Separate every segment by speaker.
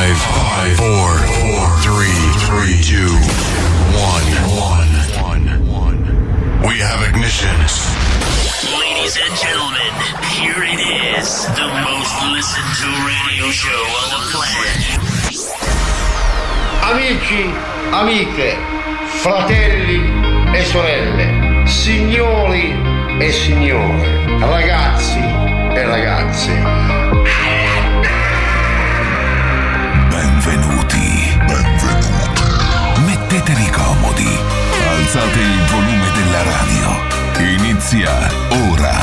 Speaker 1: Five, four, four, three, three, two, one, one, one, one. We have ignition.
Speaker 2: Ladies and gentlemen, here it is, the most listened to radio show on the planet.
Speaker 3: Amici, amiche, fratelli e sorelle, signori e signore, ragazzi e ragazze,
Speaker 4: Benvenuti. Benvenuti. Mettetevi comodi. Alzate il volume della radio. Inizia ora.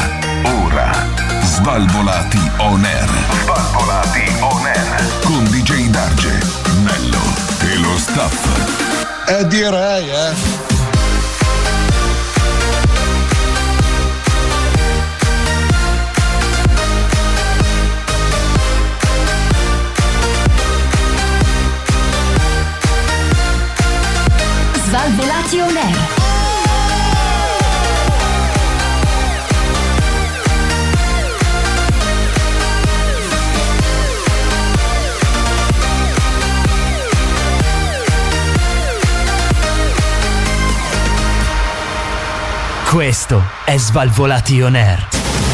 Speaker 4: Ora. Svalvolati on air. Svalvolati on air. Con DJ Darge, Nello e lo staff.
Speaker 5: Eh direi, eh.
Speaker 6: Svalvolati on air.
Speaker 7: Questo è Svalvolati On Air.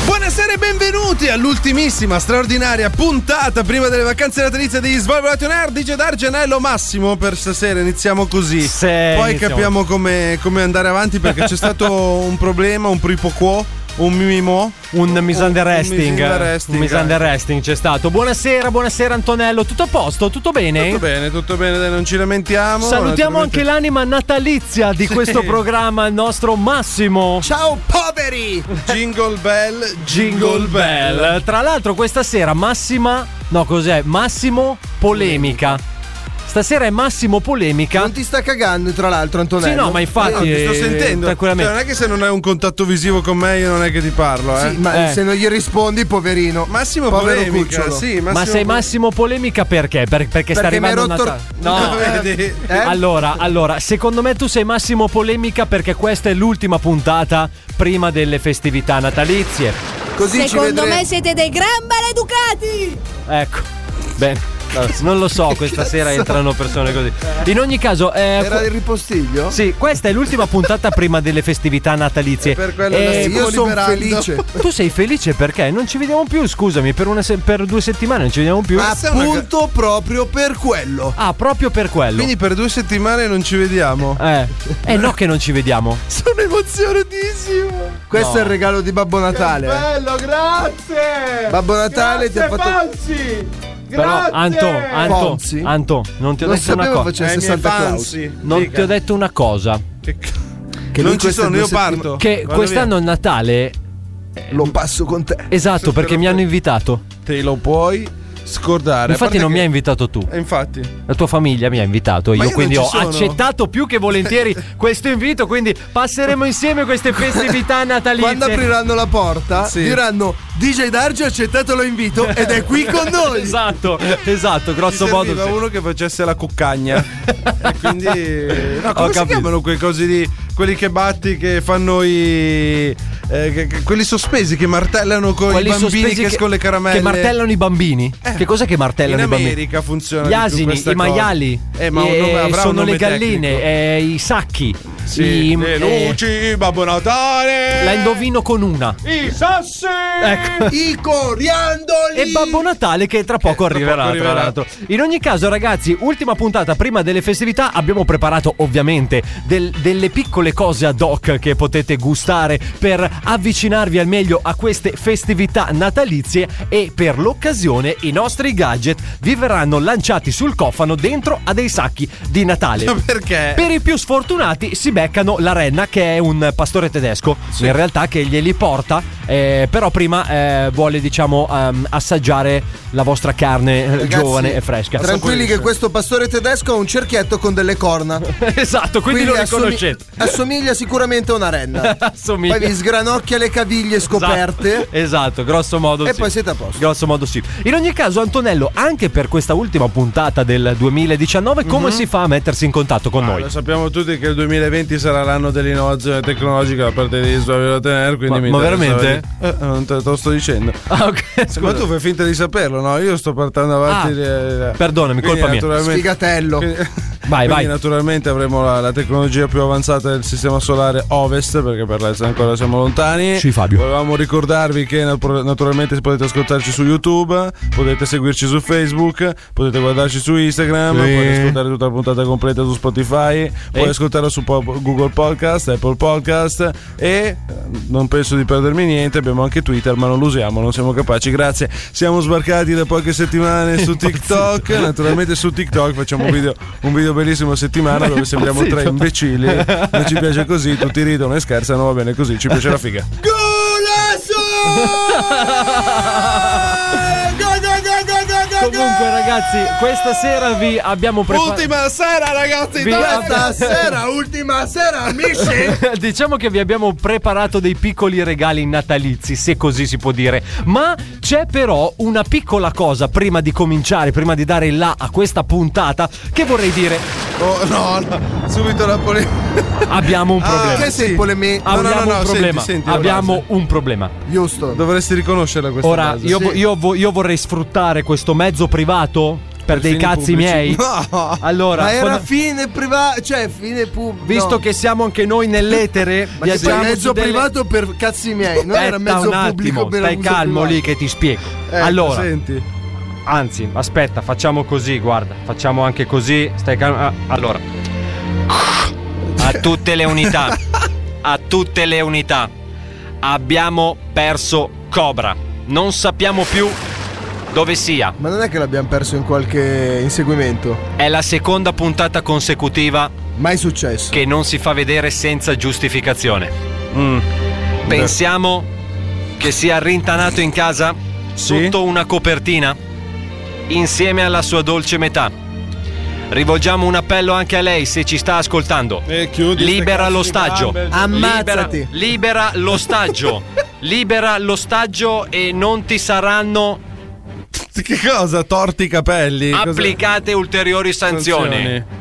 Speaker 8: Buonasera e benvenuti all'ultimissima straordinaria puntata prima delle vacanze natalizie di Svalvolati On Air DJ D'Argenello Massimo per stasera iniziamo così
Speaker 7: Sì,
Speaker 8: poi
Speaker 7: iniziamo.
Speaker 8: capiamo come, come andare avanti perché c'è stato un problema un pripo quo un mimimo
Speaker 7: Un misunderstanding.
Speaker 8: misunderstanding,
Speaker 7: Un misunderstanding c'è stato. Buonasera, buonasera Antonello. Tutto a posto? Tutto bene?
Speaker 8: tutto bene tutto bene dai, non ci lamentiamo
Speaker 7: Salutiamo anche
Speaker 8: Naturalmente-
Speaker 7: l'anima natalizia di questo programma, il nostro Massimo.
Speaker 9: Ciao poveri!
Speaker 8: Jingle Bell
Speaker 7: Jingle Bell. Tra l'altro questa sera Massima, no cos'è? Massimo Polemica. Stasera è Massimo Polemica.
Speaker 9: Non ti sta cagando, tra l'altro,
Speaker 7: Sì,
Speaker 9: Antonello.
Speaker 7: no, ma infatti
Speaker 8: No, ti sto
Speaker 7: eh,
Speaker 8: sentendo Cioè,
Speaker 7: tranquillamente.
Speaker 8: non è che se non hai un contatto visivo con me io non è che ti parlo eh.
Speaker 9: Sì, ma
Speaker 7: Eh.
Speaker 9: se non gli rispondi, poverino.
Speaker 8: Massimo
Speaker 9: Povero
Speaker 8: polemica
Speaker 9: cucciolo.
Speaker 8: sì, Massimo
Speaker 7: Ma sei Massimo Polemica perché? Per- perché sta
Speaker 9: Perché mi hai
Speaker 7: arrivando
Speaker 9: rotto-
Speaker 7: Natale. No,
Speaker 8: Vedi?
Speaker 9: Eh?
Speaker 7: Allora, allora, secondo me tu sei Massimo Polemica perché questa è l'ultima puntata prima delle festività natalizie.
Speaker 9: Così ci
Speaker 10: Secondo
Speaker 9: vedremo.
Speaker 10: me siete dei gran maleducati!
Speaker 7: Ecco. Bene. Allora, Non lo so, questa sera entrano persone così. In ogni caso, eh,
Speaker 9: Era
Speaker 7: qu-
Speaker 9: il ripostiglio?
Speaker 7: sì, questa è l'ultima puntata prima delle festività natalizie.
Speaker 8: Per quello
Speaker 7: Eh,
Speaker 8: la stiamo
Speaker 9: Io sono
Speaker 8: liberando.
Speaker 9: felice.
Speaker 7: tu sei felice perché? Non ci vediamo più, scusami, per, una se- per due settimane non ci vediamo più.
Speaker 9: Ma
Speaker 8: è una ca-
Speaker 9: appunto proprio per quello.
Speaker 7: Ah, proprio per quello.
Speaker 8: Quindi per due settimane non ci vediamo.
Speaker 7: Eh, eh no che non ci vediamo.
Speaker 8: Sono emozionatissimo.
Speaker 9: Questo è il regalo di Babbo Natale.
Speaker 8: Bello, grazie.
Speaker 9: Babbo Natale ti ha fatto.
Speaker 7: Però Anto, Anto,
Speaker 9: Fonzi?
Speaker 7: Anto, non ti ho
Speaker 9: Lo
Speaker 7: detto una
Speaker 9: sapevo
Speaker 7: cosa.
Speaker 9: facesse
Speaker 8: Eh,
Speaker 9: Santa
Speaker 8: miei
Speaker 9: cioè Claus.
Speaker 8: fansi.
Speaker 7: Non
Speaker 8: Dica.
Speaker 7: ti ho detto una cosa.
Speaker 8: Che c-
Speaker 9: Che lui
Speaker 8: non ci
Speaker 9: queste
Speaker 8: sono,
Speaker 9: due
Speaker 8: io
Speaker 9: settimane-
Speaker 8: parto.
Speaker 7: Che
Speaker 8: Vado
Speaker 7: quest'anno il Natale
Speaker 9: Lo passo con te.
Speaker 7: Esatto, perché mi hanno invitato.
Speaker 8: via. te lo puoi scordare.
Speaker 7: Infatti non mi hai
Speaker 8: hai
Speaker 7: invitato tu.
Speaker 8: Infatti.
Speaker 7: La tua famiglia mi ha invitato, io,
Speaker 8: Eh. io non
Speaker 7: quindi
Speaker 8: ci
Speaker 7: ho
Speaker 8: sono.
Speaker 7: accettato più che volentieri questo invito, quindi passeremo insieme queste festività natalizie.
Speaker 9: Quando apriranno la porta,
Speaker 8: Sì.
Speaker 9: diranno DJ Darge ha accettato l'invito ed è qui con noi.
Speaker 7: Esatto, esatto, grosso
Speaker 8: Ci
Speaker 7: modo.
Speaker 8: serviva
Speaker 7: sì.
Speaker 8: uno che facesse la cuccagna. E quindi no, come si
Speaker 7: capito.
Speaker 8: chiamano quei cosi di quelli che batti che fanno i eh, che- che- quelli sospesi che martellano con
Speaker 7: Quelli
Speaker 8: i bambini
Speaker 7: sospesi
Speaker 8: che, escono le caramelle. Eh.
Speaker 7: Che martellano i bambini. che cos'è che martellano
Speaker 8: In
Speaker 7: i bambini?
Speaker 8: America funziona
Speaker 7: Gli
Speaker 8: di più
Speaker 7: asini,
Speaker 8: questa
Speaker 7: i
Speaker 8: cosa.
Speaker 7: maiali,
Speaker 8: Eh, ma un
Speaker 7: eh,
Speaker 8: nome- avrà un
Speaker 7: sono
Speaker 8: nome
Speaker 7: le galline,
Speaker 8: tecnico.
Speaker 7: eh, i sacchi,
Speaker 8: Sì,
Speaker 7: i-
Speaker 8: le
Speaker 7: eh,
Speaker 8: luci, Babbo Natale.
Speaker 7: la indovino con una.
Speaker 8: I sassi.
Speaker 7: Ecco.
Speaker 9: I coriandoli.
Speaker 7: E Babbo Natale che tra poco
Speaker 8: tra
Speaker 7: arriverà,
Speaker 8: poco arriverà.
Speaker 7: tra l'altro. In ogni caso, ragazzi, ultima puntata prima delle festività. Abbiamo preparato ovviamente del- delle piccole cose ad hoc che potete gustare per avvicinarvi al meglio a queste festività natalizie. E per l'occasione i nostri gadget vi verranno lanciati sul cofano dentro a dei sacchi di
Speaker 8: Ma
Speaker 7: Natale.
Speaker 9: Eh.
Speaker 8: perché?
Speaker 7: Per i più sfortunati si beccano la renna che è un pastore tedesco, in realtà che glieli porta, eh, però prima eh, vuole diciamo ehm, assaggiare la vostra carne eh,
Speaker 9: Ragazzi,
Speaker 7: giovane e fresca.
Speaker 9: Tranquilli che questo pastore tedesco ha un cerchietto con delle corna. Quindi,
Speaker 7: esatto, quindi, lo
Speaker 9: assomi-
Speaker 7: riconoscete.
Speaker 9: Assomiglia sicuramente a una renna.
Speaker 7: Assomiglia.
Speaker 9: poi vi sgranocchia le caviglie
Speaker 7: Esatto,
Speaker 9: scoperte.
Speaker 7: esatto, grosso modo
Speaker 9: E
Speaker 7: sì.
Speaker 9: poi siete a posto.
Speaker 7: Grosso modo sì. In ogni caso, Antonello, anche per questa
Speaker 9: Mhm.
Speaker 7: ultima puntata del 2019, come si fa a mettersi in contatto con
Speaker 8: Ah,
Speaker 7: noi?
Speaker 8: Lo sappiamo tutti che il 2020 2020 sarà l'anno dell'innovazione tecnologica da parte di Slavio Tener.
Speaker 7: Ma-
Speaker 8: Quindi mi
Speaker 7: ma
Speaker 8: interessava
Speaker 7: veramente?
Speaker 8: di- Eh, non te, te lo sto dicendo.
Speaker 7: Ah, ok.
Speaker 8: Ma tu fai finta di saperlo, no? Io sto portando avanti.
Speaker 7: Ah,
Speaker 8: le-
Speaker 7: perdonami,
Speaker 8: Quindi,
Speaker 7: colpa mia.
Speaker 8: naturalmente-
Speaker 9: Sfigatello.
Speaker 7: Vai,
Speaker 8: Quindi
Speaker 7: vai.
Speaker 8: naturalmente avremo la, la tecnologia più avanzata del sistema solare ovest, perché per l'est ancora siamo lontani.
Speaker 7: Sì, Fabio.
Speaker 8: Volevamo ricordarvi che nat- naturalmente potete ascoltarci su YouTube, potete seguirci su Facebook, potete guardarci su Instagram,
Speaker 7: Sì.
Speaker 8: potete ascoltare tutta la puntata completa su Spotify, puoi ascoltarla su po- Google Podcast, Apple Podcast e eh, non penso di perdermi niente, abbiamo anche Twitter, ma non lo usiamo, non siamo capaci. Grazie. Siamo sbarcati da poche settimane su TikTok, naturalmente su TikTok facciamo un video, un video bellissimo a settimana dove sembriamo tre
Speaker 7: impazzito.
Speaker 8: imbecilli, non ci piace così, tutti ridono e scherzano, va bene così, ci piace la figa.
Speaker 7: Comunque, ragazzi, questa sera vi abbiamo preparato.
Speaker 8: sera ragazzi,
Speaker 7: Vi-
Speaker 9: Stasera, ultima sera, amici.
Speaker 7: Diciamo che vi abbiamo preparato dei piccoli regali natalizi, se così si può dire. Ma c'è però una piccola cosa prima di cominciare, prima di dare il là a questa puntata, che vorrei dire:
Speaker 8: Oh, no, no, subito la polemica.
Speaker 7: abbiamo un problema.
Speaker 9: Che sei polemi-
Speaker 8: Ah, no,
Speaker 7: Ah, Abbiamo
Speaker 8: no, no,
Speaker 7: un
Speaker 8: senti,
Speaker 7: problema.
Speaker 8: senti,
Speaker 7: abbiamo un problema.
Speaker 9: Houston.
Speaker 8: Dovresti riconoscerla questa
Speaker 7: Ora,
Speaker 8: frase.
Speaker 7: io,
Speaker 8: Sì.
Speaker 7: vo- io vo- io vorrei sfruttare questo mezzo privato per, dei
Speaker 8: fini
Speaker 7: cazzi
Speaker 8: pubblici.
Speaker 7: miei.
Speaker 8: No.
Speaker 7: Allora,
Speaker 9: Ma era
Speaker 7: fon-
Speaker 9: fine privato, cioè fine pubblico.
Speaker 7: visto che siamo anche noi nell'etere,
Speaker 9: Ma che
Speaker 7: viaggiamo
Speaker 9: sei
Speaker 7: su
Speaker 9: mezzo
Speaker 7: delle-
Speaker 9: privato per cazzi miei, non era
Speaker 7: Aspetta
Speaker 9: mezzo
Speaker 7: un
Speaker 9: pubblico
Speaker 7: attimo,
Speaker 9: per
Speaker 7: stai
Speaker 9: mezzo
Speaker 7: calmo
Speaker 9: privato.
Speaker 7: lì che ti spiego.
Speaker 8: Eh,
Speaker 7: allora,
Speaker 8: senti.
Speaker 7: anzi, aspetta, facciamo così, guarda, facciamo anche così, stai calmo. ah, Allora, a tutte le unità, a tutte le unità, abbiamo perso Cobra, non sappiamo più dove sia.
Speaker 9: Ma non è che l'abbiamo perso in qualche inseguimento?
Speaker 7: È la seconda puntata consecutiva
Speaker 9: Mai successo.
Speaker 7: che non si fa vedere senza giustificazione. Mm. Pensiamo che sia rintanato in casa
Speaker 8: Sì.
Speaker 7: sotto una copertina insieme alla sua dolce metà. Rivolgiamo un appello anche a lei se ci sta ascoltando.
Speaker 8: E chiudi
Speaker 7: libera
Speaker 8: ste
Speaker 7: lo
Speaker 8: cazzo di
Speaker 7: stagio.
Speaker 8: gambe.
Speaker 9: Ammazzati.
Speaker 7: Libera, libera lo stagio. libera lo stagio e non ti saranno
Speaker 8: Che cosa? Torti i capelli? Cosa-
Speaker 7: applicate ulteriori sanzioni.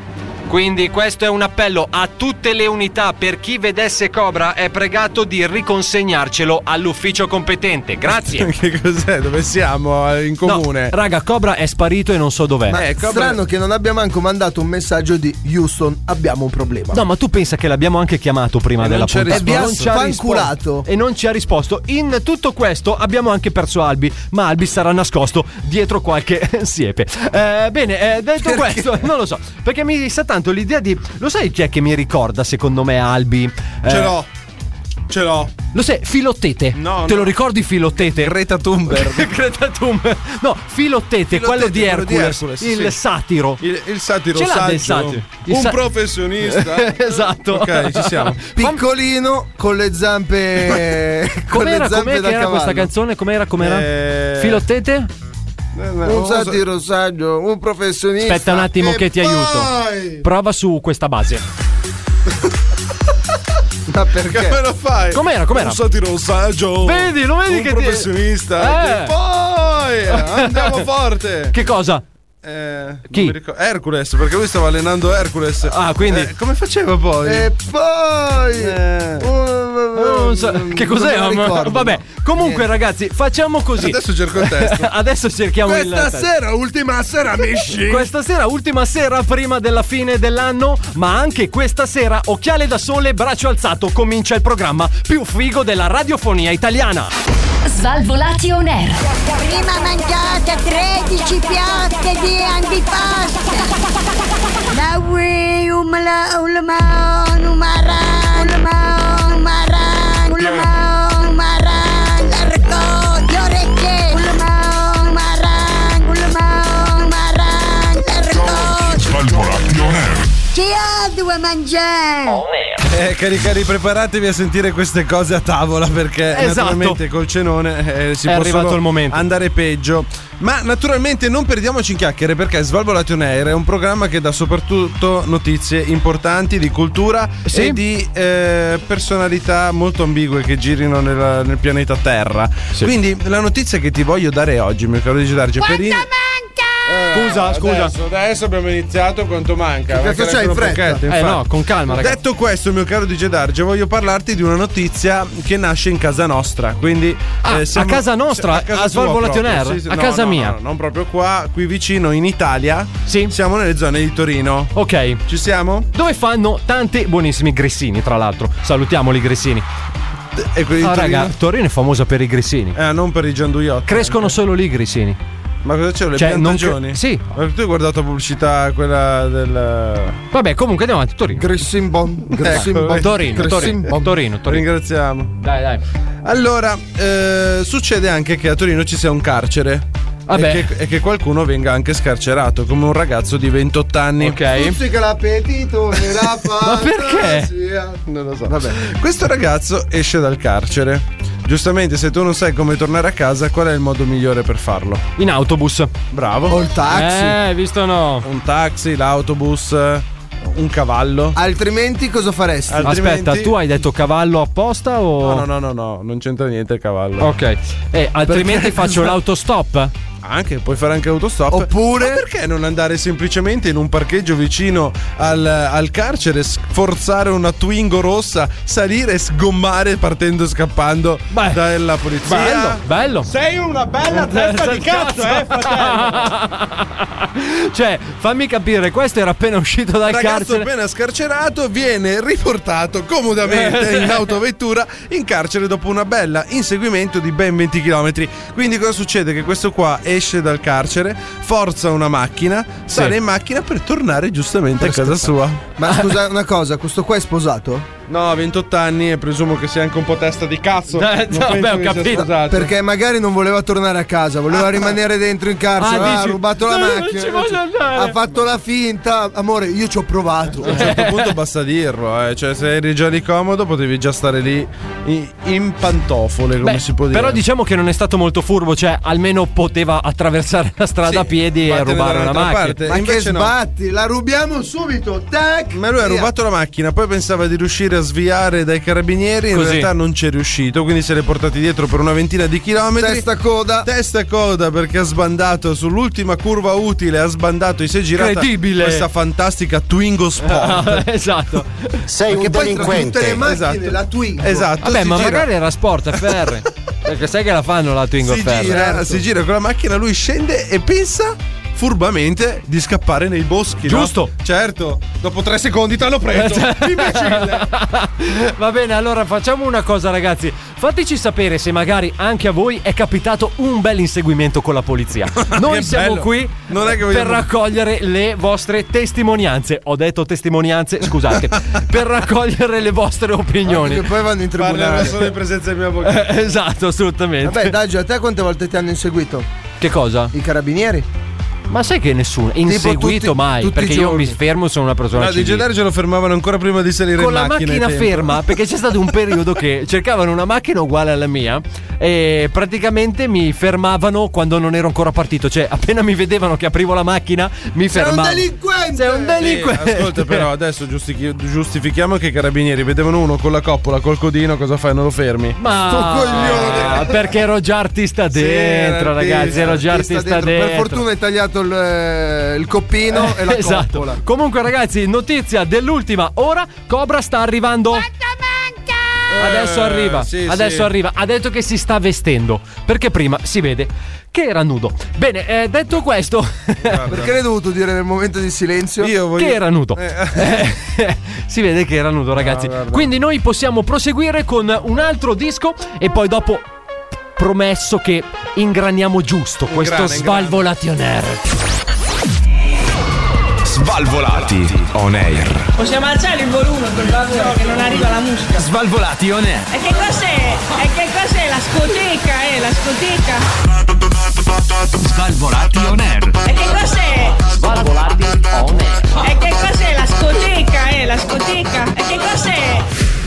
Speaker 7: Quindi questo è un appello a tutte le unità. Per chi vedesse Cobra è pregato di riconsegnarcelo all'ufficio competente. Grazie.
Speaker 8: Che cos'è? Dove siamo? Eh, In comune?
Speaker 7: raga, Cobra è sparito e non so dov'è.
Speaker 9: Ma è
Speaker 8: Ecco,
Speaker 9: strano che non abbia manco mandato un messaggio di Houston, abbiamo un problema.
Speaker 7: No, ma tu pensa che l'abbiamo anche chiamato prima
Speaker 8: E
Speaker 7: della
Speaker 8: non ci ha
Speaker 7: puntata
Speaker 9: risposto.
Speaker 7: Non ci ha
Speaker 9: Spanculato.
Speaker 7: risposto. E non ci ha risposto. In tutto questo abbiamo anche perso Albi, ma Albi sarà nascosto dietro qualche siepe. Eh, bene, eh, detto questo, non lo so, perché mi sa tanto l'idea di... Lo sai chi è che mi ricorda secondo me Albi? Eh,
Speaker 8: Ce l'ho. Ce l'ho.
Speaker 7: Lo sai, Filottete.
Speaker 8: No,
Speaker 7: Te
Speaker 8: no.
Speaker 7: lo ricordi Filottete?
Speaker 8: Greta Thunberg.
Speaker 7: Greta Thunberg. No, Filottete,
Speaker 8: Filottete,
Speaker 7: quello di
Speaker 8: quello di
Speaker 7: Hercules,
Speaker 8: Hercules,
Speaker 7: il
Speaker 8: sì.
Speaker 7: satiro.
Speaker 8: Il, il satiro
Speaker 7: Ce l'ha
Speaker 8: saggio.
Speaker 7: del satiro. Il
Speaker 8: Un
Speaker 7: sa-
Speaker 8: professionista.
Speaker 7: esatto.
Speaker 8: Ok, ci siamo. Eh,
Speaker 9: Piccolino con le zampe con le zampe
Speaker 7: Com'era, com'era
Speaker 9: da
Speaker 7: che era
Speaker 9: cavallo.
Speaker 7: questa canzone? Com'era, com'era?
Speaker 8: Eh.
Speaker 7: Filottete?
Speaker 9: Un satiro saggio, un professionista.
Speaker 7: Aspetta un attimo
Speaker 9: E
Speaker 7: che ti
Speaker 9: poi-
Speaker 7: aiuto. Prova su questa base.
Speaker 9: Ma perché?
Speaker 8: Come lo fai?
Speaker 7: Com'era, com'era?
Speaker 8: Un satiro saggio.
Speaker 7: Vedi, lo vedi
Speaker 8: un
Speaker 7: che ti-
Speaker 8: professionista.
Speaker 7: Eh.
Speaker 8: E poi andiamo forte.
Speaker 7: Che cosa?
Speaker 8: Eh,
Speaker 7: Chi?
Speaker 8: non mi ricordo- Hercules, perché lui stava allenando Hercules.
Speaker 7: Ah, quindi-
Speaker 8: Eh, come faceva poi? Eh,
Speaker 9: E poi
Speaker 7: Non so- Che cos'è?
Speaker 9: Non me lo ricordo.
Speaker 7: Vabbè, comunque ragazzi, facciamo così.
Speaker 8: Adesso cerco il testo.
Speaker 7: Adesso cerchiamo il
Speaker 9: Questa sera, ultima sera, amici.
Speaker 7: Questa sera, ultima sera prima della fine dell'anno, ma anche questa sera, occhiale da sole, braccio alzato, comincia il programma più figo della radiofonia italiana.
Speaker 6: Svalvolati on air.
Speaker 10: Prima mangiate 13 piatte di antipasto. Da qui un mela- un limone, un maran, un limone, un maran, un limone, un maran, um, la ricotta, le orecchie. Um, Un limone, un maran, un limone, un maran, um, la ricotta.
Speaker 1: Svalvolati on air.
Speaker 10: Chi ha due mangiare?
Speaker 8: Eh, cari cari, preparatevi a sentire queste cose a tavola perché
Speaker 7: Esatto.
Speaker 8: naturalmente col cenone eh, si
Speaker 7: È
Speaker 8: possono
Speaker 7: arrivato il momento.
Speaker 8: andare peggio. Ma naturalmente non perdiamoci in chiacchiere perché Svalvolati on Air è un programma che dà soprattutto notizie importanti di cultura
Speaker 7: Sì.
Speaker 8: e di eh, personalità molto ambigue che girino nella- nel pianeta Terra. Quindi la notizia che ti voglio dare oggi, mio caro Digitarge, per, in-
Speaker 10: Quanto manca?
Speaker 7: Scusa, scusa.
Speaker 8: Eh, Adesso, adesso abbiamo iniziato, quanto manca?
Speaker 7: Che cazzo
Speaker 8: Manca
Speaker 7: c'hai, in
Speaker 8: ancora un
Speaker 7: fretta?
Speaker 8: pacchetto,
Speaker 7: Eh,
Speaker 8: infatti.
Speaker 7: no, con calma, ragazzi.
Speaker 8: Detto questo, mio caro DJ Darge, voglio parlarti di una notizia che nasce in casa nostra. Quindi, eh,
Speaker 7: Ah, a casa nostra? A
Speaker 8: tua
Speaker 7: Svalvolation
Speaker 8: proprio,
Speaker 7: Air? A casa
Speaker 8: no,
Speaker 7: mia.
Speaker 8: no, no, non proprio qua, qui vicino in Italia.
Speaker 7: Sì.
Speaker 8: Siamo nelle zone di Torino.
Speaker 7: Eh, Ok.
Speaker 8: Ci siamo?
Speaker 7: Dove fanno tanti buonissimi grissini, tra l'altro. Salutiamoli, grissini.
Speaker 8: E quelli di
Speaker 7: Ah,
Speaker 8: Torino?
Speaker 7: raga, Torino è famosa per i grissini.
Speaker 8: Eh, non per i gianduiotti.
Speaker 7: Crescono solo lì i grissini.
Speaker 8: Ma cosa c'erano? Le
Speaker 7: Cioè, non cre-
Speaker 8: piantagioni?
Speaker 7: sì.
Speaker 8: Ma tu hai guardato la pubblicità, quella del.
Speaker 7: Vabbè, comunque andiamo avanti. Torino.
Speaker 9: Grissimbon.
Speaker 7: Ecco,
Speaker 9: Grissimbon.
Speaker 7: Torino, Torino, Torino, Torino.
Speaker 8: Ringraziamo.
Speaker 7: Dai, dai.
Speaker 8: Allora, eh, succede anche che a Torino ci sia un carcere.
Speaker 7: Vabbè.
Speaker 8: E, che, e che qualcuno venga anche scarcerato, come un ragazzo di 28 anni.
Speaker 7: Ok.
Speaker 9: Puzzica l'appetito nella fantasia.
Speaker 8: Non lo so. Vabbè. Questo ragazzo esce dal carcere. Giustamente, se tu non sai come tornare a casa, qual è il modo migliore per farlo?
Speaker 7: In autobus.
Speaker 8: Bravo.
Speaker 9: O il taxi.
Speaker 7: Eh, visto no.
Speaker 8: Un taxi, l'autobus, un cavallo.
Speaker 9: Altrimenti cosa faresti?
Speaker 8: Altrimenti-
Speaker 7: Aspetta, tu hai detto cavallo apposta o.
Speaker 8: No, no, no, no, no, non c'entra niente il cavallo.
Speaker 7: Ok. Eh, altrimenti faccio l'autostop?
Speaker 8: Anche, puoi fare anche autostop.
Speaker 9: Oppure-
Speaker 8: Ma perché non andare semplicemente in un parcheggio vicino al, al carcere, sforzare una Twingo rossa, salire e sgommare partendo e scappando
Speaker 7: Beh.
Speaker 8: dalla polizia?
Speaker 7: Bello, bello.
Speaker 8: eh.
Speaker 7: Eh,
Speaker 8: Sei una bella eh,
Speaker 7: cioè, fammi capire, questo era appena uscito dal
Speaker 8: Ragazzo
Speaker 7: carcere.
Speaker 8: appena scarcerato viene riportato comodamente in autovettura in carcere dopo una bella inseguimento di ben 20 km. Quindi cosa succede? Che questo qua esce dal carcere, forza una macchina, sale in macchina per tornare giustamente a casa sua.
Speaker 9: Ma scusa una cosa, questo qua è sposato?
Speaker 8: No, ha 28 anni e presumo che sia anche un po' testa di cazzo.
Speaker 7: Eh,
Speaker 8: Non
Speaker 7: no,
Speaker 8: penso
Speaker 7: beh, ho
Speaker 8: che sia
Speaker 7: capito.
Speaker 8: sposato.
Speaker 9: Perché magari non voleva tornare a casa, voleva rimanere dentro in carcere,
Speaker 7: Ah,
Speaker 9: ah, ha
Speaker 7: dici,
Speaker 9: rubato la
Speaker 7: "No, non
Speaker 9: macchina.
Speaker 7: ci voglio
Speaker 8: ah,
Speaker 7: andare."
Speaker 9: ha fatto la finta. Amore, io ci ho provato.
Speaker 8: A un certo punto basta dirlo, eh. cioè se eri già lì comodo potevi già stare lì in, in pantofole, come
Speaker 7: Beh,
Speaker 8: si può dire.
Speaker 7: Però diciamo che non è stato molto furbo, cioè almeno poteva attraversare la strada a piedi e
Speaker 8: vattene
Speaker 7: rubare una
Speaker 8: dall'altra
Speaker 7: macchina.
Speaker 8: parte.
Speaker 9: Ma Eh, che
Speaker 8: invece no.
Speaker 9: sbatti, la rubiamo subito. Tac!
Speaker 8: Ma lui ha
Speaker 9: via.
Speaker 8: rubato la macchina, poi pensava di riuscire a sviare dai carabinieri, in
Speaker 7: Così.
Speaker 8: realtà non c'è riuscito, quindi se l'è portati dietro per una ventina di chilometri.
Speaker 9: Testa coda.
Speaker 8: Testa e coda perché ha sbandato sull'ultima curva utile, ha sbandato e si è girata
Speaker 7: Incredibile. Eh.
Speaker 8: questa fantastica Twingo Sport.
Speaker 7: esatto.
Speaker 9: Sei un delinquente. Tutte le macchine,
Speaker 8: Esatto.
Speaker 9: la Twingo.
Speaker 8: esatto.
Speaker 7: Vabbè,
Speaker 8: si
Speaker 7: ma
Speaker 8: gira.
Speaker 7: magari era sport FR. perché sai che la fanno la Twingo
Speaker 8: si
Speaker 7: FR.
Speaker 8: gira, si gira con la macchina, lui scende e pensa furbamente di scappare nei boschi. no?
Speaker 7: Giusto. Eh, cioè.
Speaker 8: Certo, dopo tre secondi ti hanno preso. Imbecille.
Speaker 7: Va bene, allora facciamo una cosa, ragazzi. Fateci sapere se magari anche a voi è capitato un bel inseguimento con la polizia. Noi
Speaker 8: Che
Speaker 7: siamo
Speaker 8: bello.
Speaker 7: qui
Speaker 8: Non è che
Speaker 7: per
Speaker 8: vogliamo-
Speaker 7: raccogliere le vostre testimonianze. Ho detto testimonianze, scusate, per raccogliere le vostre
Speaker 9: Che
Speaker 7: opinioni.
Speaker 9: poi vanno in
Speaker 8: Parlerò
Speaker 9: tribunale.
Speaker 8: solo in presenza del mio avvocato.
Speaker 7: Eh, Esatto, assolutamente.
Speaker 9: Vabbè, Daggio, a te quante volte ti hanno inseguito?
Speaker 7: Che cosa?
Speaker 9: I carabinieri?
Speaker 7: Ma sai che nessuno inseguito
Speaker 9: tutti-
Speaker 7: mai,
Speaker 9: tutti i
Speaker 7: perché io
Speaker 9: giorni.
Speaker 7: mi fermo sono una persona
Speaker 8: No, di
Speaker 7: civile.
Speaker 8: Gedare ce lo fermavano ancora prima di salire
Speaker 7: con
Speaker 8: in
Speaker 7: la
Speaker 8: macchina.
Speaker 7: macchina
Speaker 8: ai tempi.
Speaker 7: ferma perché c'è stato un periodo che cercavano una macchina uguale alla mia e praticamente mi fermavano quando non ero ancora partito cioè appena mi vedevano che aprivo la macchina mi fermavano
Speaker 9: delinquente!
Speaker 7: sei un
Speaker 8: Eh,
Speaker 7: delinquente
Speaker 8: ascolta, però adesso giustichi- giustifichiamo che i carabinieri vedevano uno con la coppola, col codino, cosa fai? Non lo fermi.
Speaker 7: ma perché ero già artista dentro
Speaker 8: artista,
Speaker 7: ragazzi ero già
Speaker 9: Ti sta
Speaker 7: artista
Speaker 9: dentro.
Speaker 7: dentro
Speaker 9: Per fortuna hai tagliato il, eh, il coppino e la
Speaker 7: esatto.
Speaker 9: coppola.
Speaker 7: Comunque, ragazzi, notizia dell'ultima ora: Cobra sta arrivando. Adesso
Speaker 8: Eh,
Speaker 7: arriva,
Speaker 8: sì,
Speaker 7: adesso
Speaker 8: sì.
Speaker 7: arriva. Ha detto che si sta vestendo perché prima si vede che era nudo. Bene, eh, detto questo,
Speaker 9: Perché l'hai dovuto dire nel momento di silenzio?
Speaker 8: Io voglio.
Speaker 7: che era nudo.
Speaker 8: Eh.
Speaker 7: Eh, si vede che era nudo, ragazzi.
Speaker 8: guarda.
Speaker 7: Quindi noi possiamo proseguire con un altro disco e poi dopo promesso che ingraniamo giusto questo
Speaker 8: Ingrana, ingrana.
Speaker 7: svalvolationaire.
Speaker 11: Svalvolati on air.
Speaker 12: Possiamo alzare il volume per favore che non arriva la musica.
Speaker 11: Svalvolati on air.
Speaker 12: E che cos'è? E che cos'è? La scoteca, eh, la scoteca.
Speaker 11: Svalvolati on air.
Speaker 12: E che cos'è?
Speaker 7: Svalvolati on
Speaker 12: E che cos'è? La scoteca, eh, la scoteca. E che cos'è?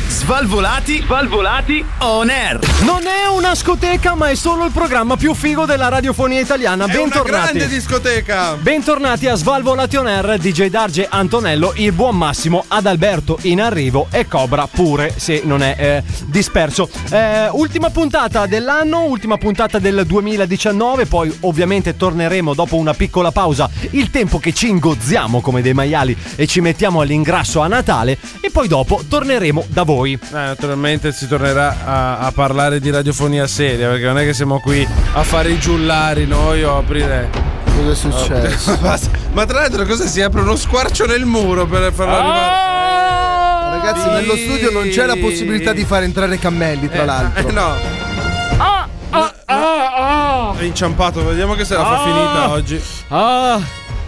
Speaker 11: Svalvolati
Speaker 7: Svalvolati on air. Non è una scoteca, ma è solo il programma più figo della radiofonia italiana.
Speaker 8: È una
Speaker 7: Bentornati.
Speaker 8: grande discoteca. Eh,
Speaker 7: Bentornati a Svalvolati on air, DJ Darge Antonello, il buon Massimo, Adalberto in arrivo e Cobra pure se non è eh, disperso. Eh, ultima puntata dell'anno, ultima puntata del 2019, poi ovviamente torneremo dopo una piccola pausa, il tempo che ci ingozziamo come dei maiali e ci mettiamo all'ingrasso a Natale e poi dopo torneremo da voi.
Speaker 8: Eh, naturalmente si tornerà a, a parlare di radiofonia seria perché non è che siamo qui a fare i giullari noi o a aprire. Cosa è
Speaker 9: successo?
Speaker 8: Ma tra l'altro, cosa si apre uno squarcio nel muro per farlo
Speaker 7: Ah!
Speaker 8: arrivare?
Speaker 9: Ragazzi, nello studio non c'è la possibilità di far entrare cammelli, tra
Speaker 8: Eh,
Speaker 9: l'altro.
Speaker 8: eh, no. È inciampato, vediamo che se la
Speaker 9: Ah.
Speaker 8: fa finita oggi. Eh,
Speaker 7: Ah,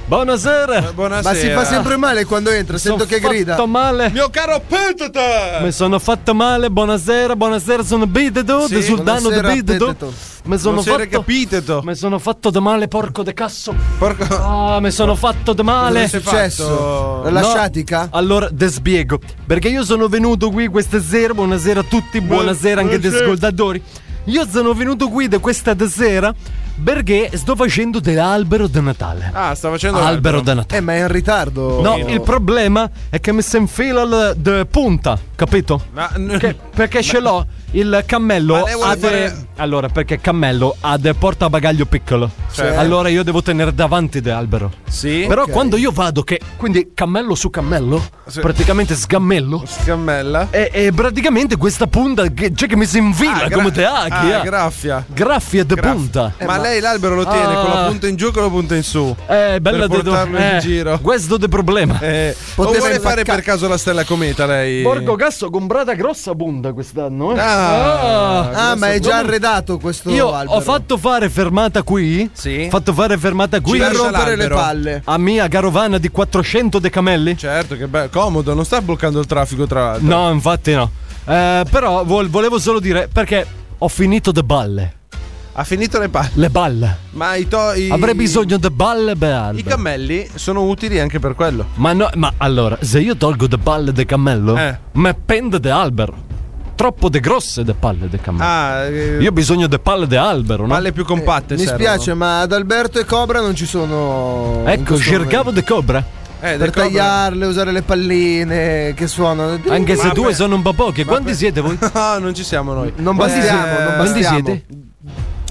Speaker 7: buonasera.
Speaker 8: buonasera.
Speaker 9: Ma si fa sempre male quando entra,
Speaker 7: Son
Speaker 9: sento che grida.
Speaker 7: fatto male.
Speaker 8: Mio caro Pentata!
Speaker 7: Mi sono fatto male, buonasera, buonasera, sono Bidedo,
Speaker 8: Sì,
Speaker 7: sul danno di
Speaker 8: buonasera,
Speaker 7: Bidedo.
Speaker 8: Peteto.
Speaker 7: Mi sono
Speaker 8: Buonasera,
Speaker 7: fatto
Speaker 8: capiteto.
Speaker 7: Mi sono fatto da male, porco de cazzo. Porco. Ah, mi sono fatto da male.
Speaker 9: Cosa è successo? L'ha lasciatica?
Speaker 7: Allora, te spiego. Perché io sono venuto qui questa sera, buonasera a tutti, buonasera anche agli
Speaker 8: buonasera.
Speaker 7: ascoltatori. Io sono venuto qui da questa sera perché sto facendo dell'albero di Natale.
Speaker 8: Ah, sta facendo
Speaker 7: Albero da Natale.
Speaker 9: Eh, ma è in ritardo.
Speaker 7: No, il problema è che mi si infila il de punta, capito? Che- perché ce l'ho il cammello
Speaker 8: Ma lei vuole
Speaker 7: ha de-
Speaker 8: fare-
Speaker 7: Allora, perché cammello ha del portabagaglio piccolo.
Speaker 8: Sì.
Speaker 7: Allora io devo tenere davanti dell'albero.
Speaker 8: Sì.
Speaker 7: Però
Speaker 8: Ok.
Speaker 7: quando io vado che quindi cammello su cammello,
Speaker 8: Sì.
Speaker 7: praticamente sgammello.
Speaker 8: Scammella.
Speaker 7: E, e praticamente questa punta che, cioè che mi si infila
Speaker 8: Ah, gra-
Speaker 7: come te ha, chi
Speaker 8: ah,
Speaker 7: ha?
Speaker 8: graffia.
Speaker 7: Graffia de punta.
Speaker 8: ma, lei l'albero lo tiene con la
Speaker 7: Ah.
Speaker 8: punta in giù e con la punta in su.
Speaker 7: Eh, bella
Speaker 8: per
Speaker 7: de-
Speaker 8: portarlo in
Speaker 7: eh,
Speaker 8: giro.
Speaker 7: Questo è il problema.
Speaker 8: Eh, o
Speaker 7: Poteva
Speaker 8: vuole fare
Speaker 7: imbaccare.
Speaker 8: per caso la stella cometa lei?
Speaker 7: Porco cazzo, comprata grossa punta quest'anno. Eh.
Speaker 8: Ah,
Speaker 9: Ah, ma è già arredato questo
Speaker 7: Io
Speaker 9: albero. Eh,
Speaker 7: ho fatto fare fermata qui.
Speaker 8: Sì.
Speaker 7: Fatto fare fermata qui.
Speaker 9: per
Speaker 8: Lascia
Speaker 9: rompere le
Speaker 8: l'albero.
Speaker 9: palle.
Speaker 7: A mia carovana di 400 decamelli?
Speaker 8: Certo, che bello. Comodo, non sta bloccando il traffico tra l'altro.
Speaker 7: No, infatti no. Eh, però vol- volevo solo dire perché ho finito le balle.
Speaker 8: Ha finito le palle.
Speaker 7: Le balle.
Speaker 8: Ma i, to- i-
Speaker 7: Avrei bisogno di balle per
Speaker 8: I
Speaker 7: alba.
Speaker 8: cammelli sono utili anche per quello.
Speaker 7: ma no, ma allora, se io tolgo le balle del cammello,
Speaker 8: Eh.
Speaker 7: me pende de albero. Troppo de grosse de palle de cammello.
Speaker 8: Ah, eh,
Speaker 7: Io ho bisogno de palle de albero, no?
Speaker 8: palle più compatte.
Speaker 9: Mi
Speaker 8: servono.
Speaker 9: spiace, ma ad Alberto e Cobra non ci sono. in
Speaker 7: ecco,
Speaker 9: questo
Speaker 7: cercavo
Speaker 9: momento.
Speaker 7: de cobra.
Speaker 8: Eh, del
Speaker 9: Per
Speaker 8: cobra-
Speaker 9: tagliarle, usare le palline che suonano.
Speaker 7: Anche se
Speaker 8: Ma
Speaker 7: due
Speaker 8: per-
Speaker 7: sono un po' poche. Quanti siete voi?
Speaker 8: No, non ci siamo noi.
Speaker 9: Non
Speaker 8: Quanti
Speaker 9: bastiamo,
Speaker 8: siete?
Speaker 9: non
Speaker 7: Quanti
Speaker 9: bastiamo.
Speaker 7: siete?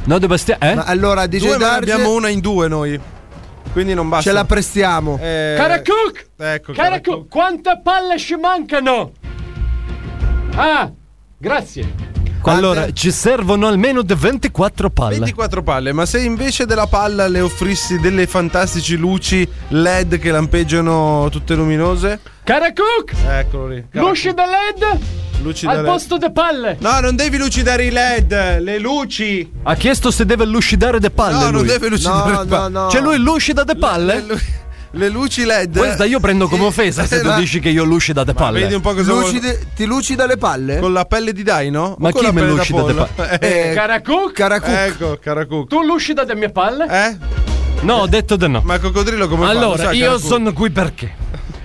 Speaker 7: No, dove stia- Eh?
Speaker 9: Ah. Ma allora,
Speaker 8: Due,
Speaker 9: DJ
Speaker 8: ma ne
Speaker 9: Darge,
Speaker 8: abbiamo una in due noi. Quindi non basta.
Speaker 9: ce la prestiamo.
Speaker 8: Eh,
Speaker 7: Cook!
Speaker 8: Ecco,
Speaker 7: Cara
Speaker 8: cara
Speaker 7: Cook, quante palle ci mancano? Ah, grazie. Allora, ci servono almeno de 24 palle.
Speaker 8: 24 palle, ma se invece della palla le offrissi delle fantastici luci LED che lampeggiano tutte luminose?
Speaker 7: Cara Cook,
Speaker 8: Eccolo lì. cara-
Speaker 7: da LED
Speaker 8: luci da LED.
Speaker 7: de palle.
Speaker 8: No, non devi lucidare i LED, le luci.
Speaker 7: Ha chiesto se deve lucidare de palle
Speaker 8: No,
Speaker 7: lui.
Speaker 8: non deve lucidare
Speaker 9: No,
Speaker 8: le palle.
Speaker 9: no, no.
Speaker 7: Cioè lui lucida de
Speaker 8: Le,
Speaker 7: palle?
Speaker 8: lu- le luci LED.
Speaker 7: Questa io prendo come
Speaker 8: Sì.
Speaker 7: offesa se
Speaker 8: Eh,
Speaker 7: tu
Speaker 8: ma-
Speaker 7: dici che io lucida de palle.
Speaker 8: Vedi un po' cosa vuol-
Speaker 9: Lucide- ti lucida le palle?
Speaker 8: con la pelle di Dino? O
Speaker 7: Ma
Speaker 8: con
Speaker 7: chi
Speaker 8: la
Speaker 7: me
Speaker 8: pelle da
Speaker 7: lucida le
Speaker 8: pollo?
Speaker 7: palle?
Speaker 8: Eh,
Speaker 7: Cara Cook,
Speaker 9: Caracu.
Speaker 8: ecco, cara Cook.
Speaker 7: tu lucida de mie palle?
Speaker 8: Eh?
Speaker 7: No, ho detto de no.
Speaker 8: Ma il coccodrillo come fa? Lo
Speaker 7: Allora,
Speaker 8: sa,
Speaker 7: io
Speaker 8: cara Cook?
Speaker 7: sono qui perché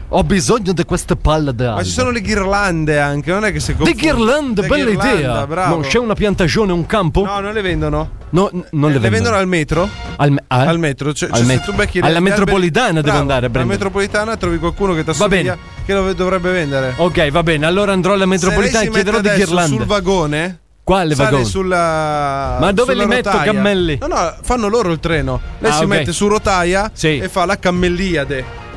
Speaker 7: ho bisogno di queste palle di
Speaker 8: Ma
Speaker 7: albero.
Speaker 8: ci sono le ghirlande anche, non è che se
Speaker 7: Di
Speaker 8: confonde.
Speaker 7: Ghirland,
Speaker 8: Le
Speaker 7: bella
Speaker 8: ghirlande,
Speaker 7: idea.
Speaker 8: Bravo.
Speaker 7: No, c'è una piantagione, un campo?
Speaker 8: No, non le vendono.
Speaker 7: No, n- non
Speaker 8: Eh,
Speaker 7: le vendono.
Speaker 8: al metro?
Speaker 7: Al, me- eh?
Speaker 8: Al metro. Cioè,
Speaker 7: Al
Speaker 8: cioè, se
Speaker 7: metro.
Speaker 8: tu becchi le-
Speaker 7: Alla
Speaker 8: gli alberi-
Speaker 7: metropolitana devo
Speaker 8: Bravo,
Speaker 7: andare a
Speaker 8: Alla
Speaker 7: prendere.
Speaker 8: metropolitana trovi qualcuno che ti
Speaker 7: bene.
Speaker 8: che lo dovrebbe vendere.
Speaker 7: Ok, va bene. Allora andrò alla
Speaker 8: Se lei
Speaker 7: metropolitana
Speaker 8: si
Speaker 7: e chiederò
Speaker 8: mette
Speaker 7: di
Speaker 8: adesso
Speaker 7: Ghirland.
Speaker 8: sul vagone.
Speaker 7: Quale
Speaker 8: sale
Speaker 7: vagone?
Speaker 8: sulla.
Speaker 7: Ma dove
Speaker 8: sulla
Speaker 7: li metto,
Speaker 8: rotaia.
Speaker 7: cammelli?
Speaker 8: No, no, fanno loro il treno. Lei
Speaker 7: Ah,
Speaker 8: si
Speaker 7: ok.
Speaker 8: mette su rotaia
Speaker 7: Sì.
Speaker 8: e fa la cammelliade.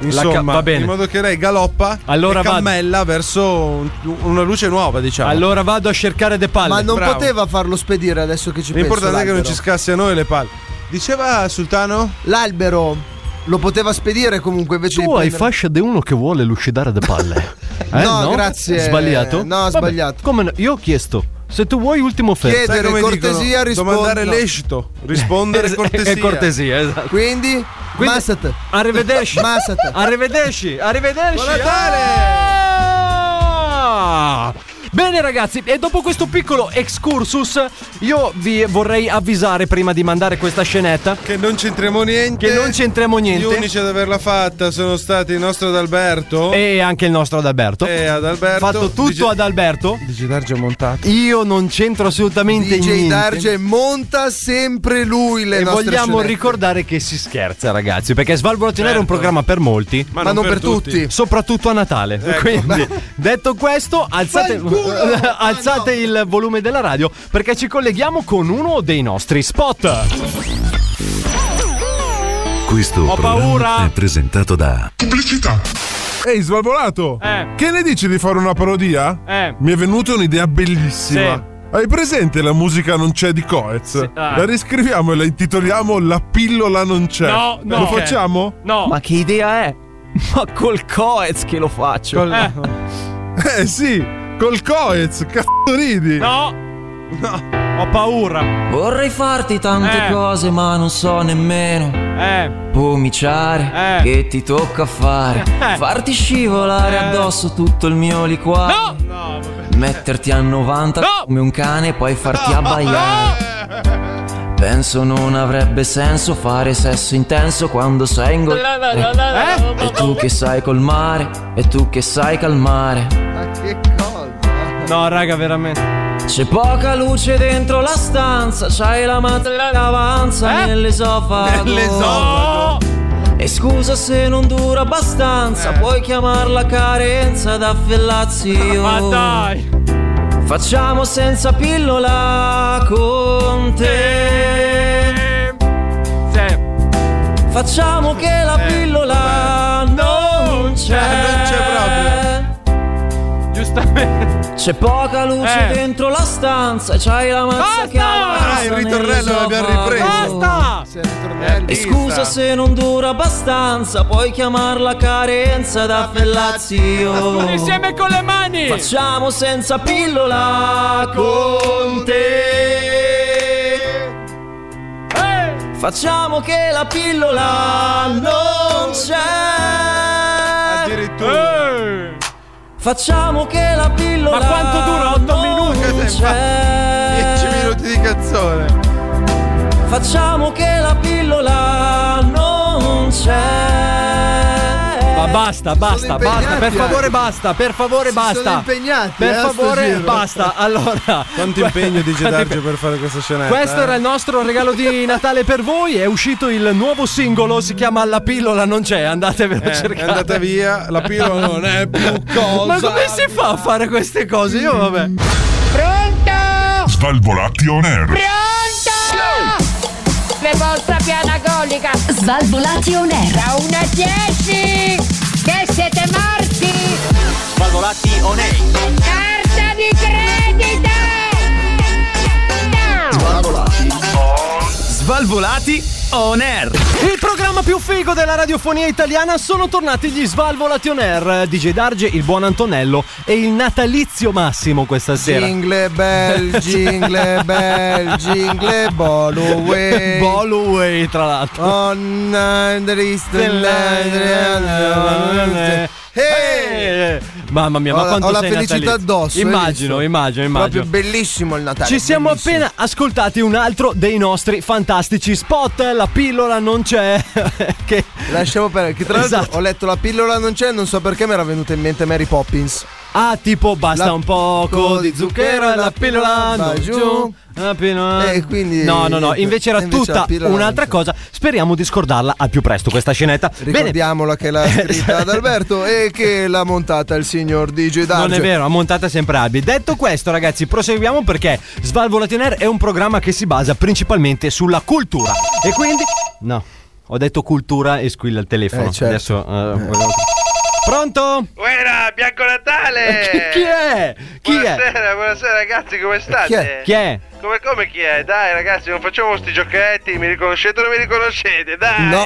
Speaker 7: La ca-
Speaker 8: Insomma,
Speaker 7: va bene.
Speaker 8: in modo che lei galoppa
Speaker 7: Allora
Speaker 8: e
Speaker 7: vado.
Speaker 8: cammella verso un- una luce nuova, diciamo.
Speaker 7: Allora vado a cercare de palle.
Speaker 9: Ma non
Speaker 8: bravo.
Speaker 9: poteva farlo spedire adesso che ci penso
Speaker 8: L'importante è che non
Speaker 9: l'albero.
Speaker 8: ci scassi a noi le palle. Diceva Sultano?
Speaker 9: L'albero lo poteva spedire comunque invece di
Speaker 7: Tu hai
Speaker 9: prendere-
Speaker 7: fascia di uno che vuole lucidare de palle. Eh,
Speaker 9: No, grazie.
Speaker 7: Sbagliato?
Speaker 9: No,
Speaker 7: Vabbè,
Speaker 9: sbagliato.
Speaker 7: Come no? Io ho chiesto. Se tu vuoi, ultimo offerta.
Speaker 9: Chiedere
Speaker 8: come
Speaker 9: cortesia, rispondo.
Speaker 8: Domandare l'esito, rispondere cortesia.
Speaker 7: È Eh, cortesia, esatto.
Speaker 9: Quindi,
Speaker 7: Quindi-
Speaker 9: Massat.
Speaker 7: Arrivederci.
Speaker 9: Massat.
Speaker 7: Arrivederci, arrivederci.
Speaker 8: Buon Natale!
Speaker 7: Ah! Bene ragazzi, e dopo questo piccolo excursus, io vi vorrei avvisare prima di mandare questa scenetta.
Speaker 8: Che non c'entriamo niente.
Speaker 7: Che non c'entriamo
Speaker 8: Eh, Gli
Speaker 7: niente.
Speaker 8: unici ad averla fatta sono stati il nostro Adalberto.
Speaker 7: E anche il nostro Adalberto.
Speaker 8: E Adalberto.
Speaker 7: Eh, Fatto tutto
Speaker 8: Eh, certo, Dice-
Speaker 7: ad Alberto.
Speaker 8: DJ Darge montato.
Speaker 7: Io non c'entro assolutamente
Speaker 9: DJ
Speaker 7: niente.
Speaker 9: Darge monta sempre lui le
Speaker 7: e
Speaker 9: nostre
Speaker 7: vogliamo
Speaker 9: scenette.
Speaker 7: ricordare che si scherza, ragazzi, perché Svalvolazione è un
Speaker 9: Certo.
Speaker 7: programma per molti,
Speaker 9: Ma non non per per tutti. tutti.
Speaker 7: soprattutto a Natale.
Speaker 9: Ecco.
Speaker 7: Quindi, detto questo, alzate,
Speaker 9: Fanculo!
Speaker 7: alzate il volume della radio perché ci colleghiamo con uno dei nostri spot.
Speaker 13: Questo
Speaker 7: Ho
Speaker 13: programma
Speaker 7: paura.
Speaker 13: è presentato da
Speaker 14: Pubblicità. Ehi, svalvolato!
Speaker 15: Eh,
Speaker 14: Che ne dici di fare una parodia?
Speaker 13: Eh.
Speaker 14: Mi è venuta un'idea bellissima.
Speaker 13: Sì.
Speaker 14: Hai presente la musica Non c'è di Coez?
Speaker 13: ah.
Speaker 14: La riscriviamo e la intitoliamo La pillola non c'è.
Speaker 15: No, no.
Speaker 14: Lo
Speaker 15: Ok.
Speaker 14: facciamo?
Speaker 7: No.
Speaker 15: Ma che idea è? Ma col Coez che lo faccio.
Speaker 14: Eh. Eh sì, col Coez, cazzo ridi.
Speaker 7: No.
Speaker 14: No.
Speaker 7: Ho paura.
Speaker 16: Vorrei farti tante
Speaker 14: Eh.
Speaker 16: cose ma non so nemmeno Pomiciare che ti tocca fare
Speaker 15: Eh.
Speaker 16: Farti scivolare addosso tutto il mio liquore Metterti a 90 come un cane e poi farti abbaiare Penso non avrebbe senso fare sesso intenso quando sei in Eh?
Speaker 15: La, la, la, la, la.
Speaker 16: E tu che sai colmare e tu che sai calmare
Speaker 9: Ma che cosa?
Speaker 7: No, raga, veramente.
Speaker 16: C'è poca luce dentro la stanza, c'hai la mattina che
Speaker 15: Eh?
Speaker 16: avanza nell'esofago.
Speaker 15: Nell'esofago.
Speaker 16: E scusa se non dura
Speaker 15: Eh.
Speaker 16: abbastanza, puoi chiamarla carenza da fellazio.
Speaker 15: Ma
Speaker 9: Oh.
Speaker 16: dai! Facciamo senza pillola con te. Facciamo che la
Speaker 15: Eh,
Speaker 16: pillola non c'è. Non c'è proprio. Giustamente. C'è poca luce
Speaker 15: Eh.
Speaker 16: dentro la stanza. C'hai la mazza che avanza
Speaker 15: Ah, il
Speaker 16: nel
Speaker 15: ritornello l'abbiamo
Speaker 16: esofago.
Speaker 15: ripreso.
Speaker 7: Basta!
Speaker 9: Oh.
Speaker 16: E scusa se non dura abbastanza, puoi chiamarla carenza da fellazio.
Speaker 15: Insieme con le mani.
Speaker 16: Facciamo senza pillola con te. Facciamo che la pillola non c'è.
Speaker 15: Eh.
Speaker 14: Addirittura.
Speaker 16: Facciamo che la pillola
Speaker 15: Ma quanto dura?
Speaker 16: Otto
Speaker 15: minuti?
Speaker 16: c'è.
Speaker 15: 10
Speaker 14: minuti di cazzone.
Speaker 16: Facciamo che la pillola non c'è.
Speaker 7: Ma basta, basta, basta, per favore basta, per favore
Speaker 9: Si
Speaker 7: basta.
Speaker 9: sono impegnati,
Speaker 7: Per
Speaker 9: eh, a sto
Speaker 7: favore
Speaker 9: giro.
Speaker 7: basta. Allora,
Speaker 8: Quanto impegno DJ
Speaker 7: Quanto
Speaker 8: Darge per fare questa scenetta.
Speaker 7: Questo
Speaker 8: eh?
Speaker 7: era il nostro regalo di Natale per voi. È uscito il nuovo singolo, si chiama La pillola non c'è, andatevelo a
Speaker 8: Eh,
Speaker 7: cercare.
Speaker 8: è andata via, la pillola non è più cosa.
Speaker 7: Ma come si fa a fare queste cose? Io vabbè.
Speaker 12: Pronto?
Speaker 1: Svalvolati on air.
Speaker 12: Pronto? Le vostra pianagolica.
Speaker 6: Svalvolati on air.
Speaker 12: Da 1 a 10. Che siete morti.
Speaker 15: Svalvolati on
Speaker 12: Carta di credito.
Speaker 15: Svalvolati. Svalvolati on air.
Speaker 7: Il programma più figo della radiofonia italiana sono tornati gli Svalvolati on Air, DJ Darge, il buon Antonello e il natalizio Massimo questa sera.
Speaker 9: Jingle bell, jingle bell, jingle ball away.
Speaker 7: Ball away, tra l'altro.
Speaker 9: On and there is the light. Eh!
Speaker 7: Hey! Mamma mia, ma
Speaker 9: Ho la-
Speaker 7: quanto
Speaker 9: ho la
Speaker 7: sei
Speaker 9: felicità
Speaker 7: natalizio.
Speaker 9: addosso, hai
Speaker 7: Immagino,
Speaker 9: visto?
Speaker 7: Eh, immagino, immagino.
Speaker 9: Proprio bellissimo il Natale.
Speaker 7: Ci siamo appena ascoltati un altro dei nostri fantastici spot. La pillola non c'è. che
Speaker 9: Lasciamo perdere. Che tra l'altro
Speaker 7: Esatto.
Speaker 9: ho letto la pillola non c'è, non so perché mi era venuta in mente Mary Poppins.
Speaker 7: Ah, tipo basta
Speaker 9: La-
Speaker 7: un poco di zucchero e la pillola
Speaker 9: Va
Speaker 7: non
Speaker 9: giù.
Speaker 7: giù. La pillola.
Speaker 9: E quindi-
Speaker 7: No, uh. no, no, invece era
Speaker 9: invece la
Speaker 7: tutta
Speaker 9: pillola
Speaker 7: un'altra cosa. Speriamo di scordarla al più presto questa scenetta. Bene.
Speaker 9: Ricordiamola che l'ha
Speaker 7: Esatto.
Speaker 9: scritta ad Alberto e che l'ha montata il signor DJ Darge.
Speaker 7: Non è vero, a montata sempre abbi. Detto questo, ragazzi, proseguiamo perché Svalvolation Air è un programma che si basa principalmente sulla cultura. E quindi. No, ho detto cultura e squilla il telefono.
Speaker 9: Eh, certo.
Speaker 7: Adesso. eh, volevo- Pronto? Eh,
Speaker 17: Buona, Bianco Natale!
Speaker 7: Chi- chi è? Chi è?
Speaker 17: buonasera, buonasera ragazzi, come state?
Speaker 7: Chi è? Chi è?
Speaker 17: Come, come chi è? Dai ragazzi, non facciamo sti giochetti, mi riconoscete o non mi riconoscete? Dai!
Speaker 7: No,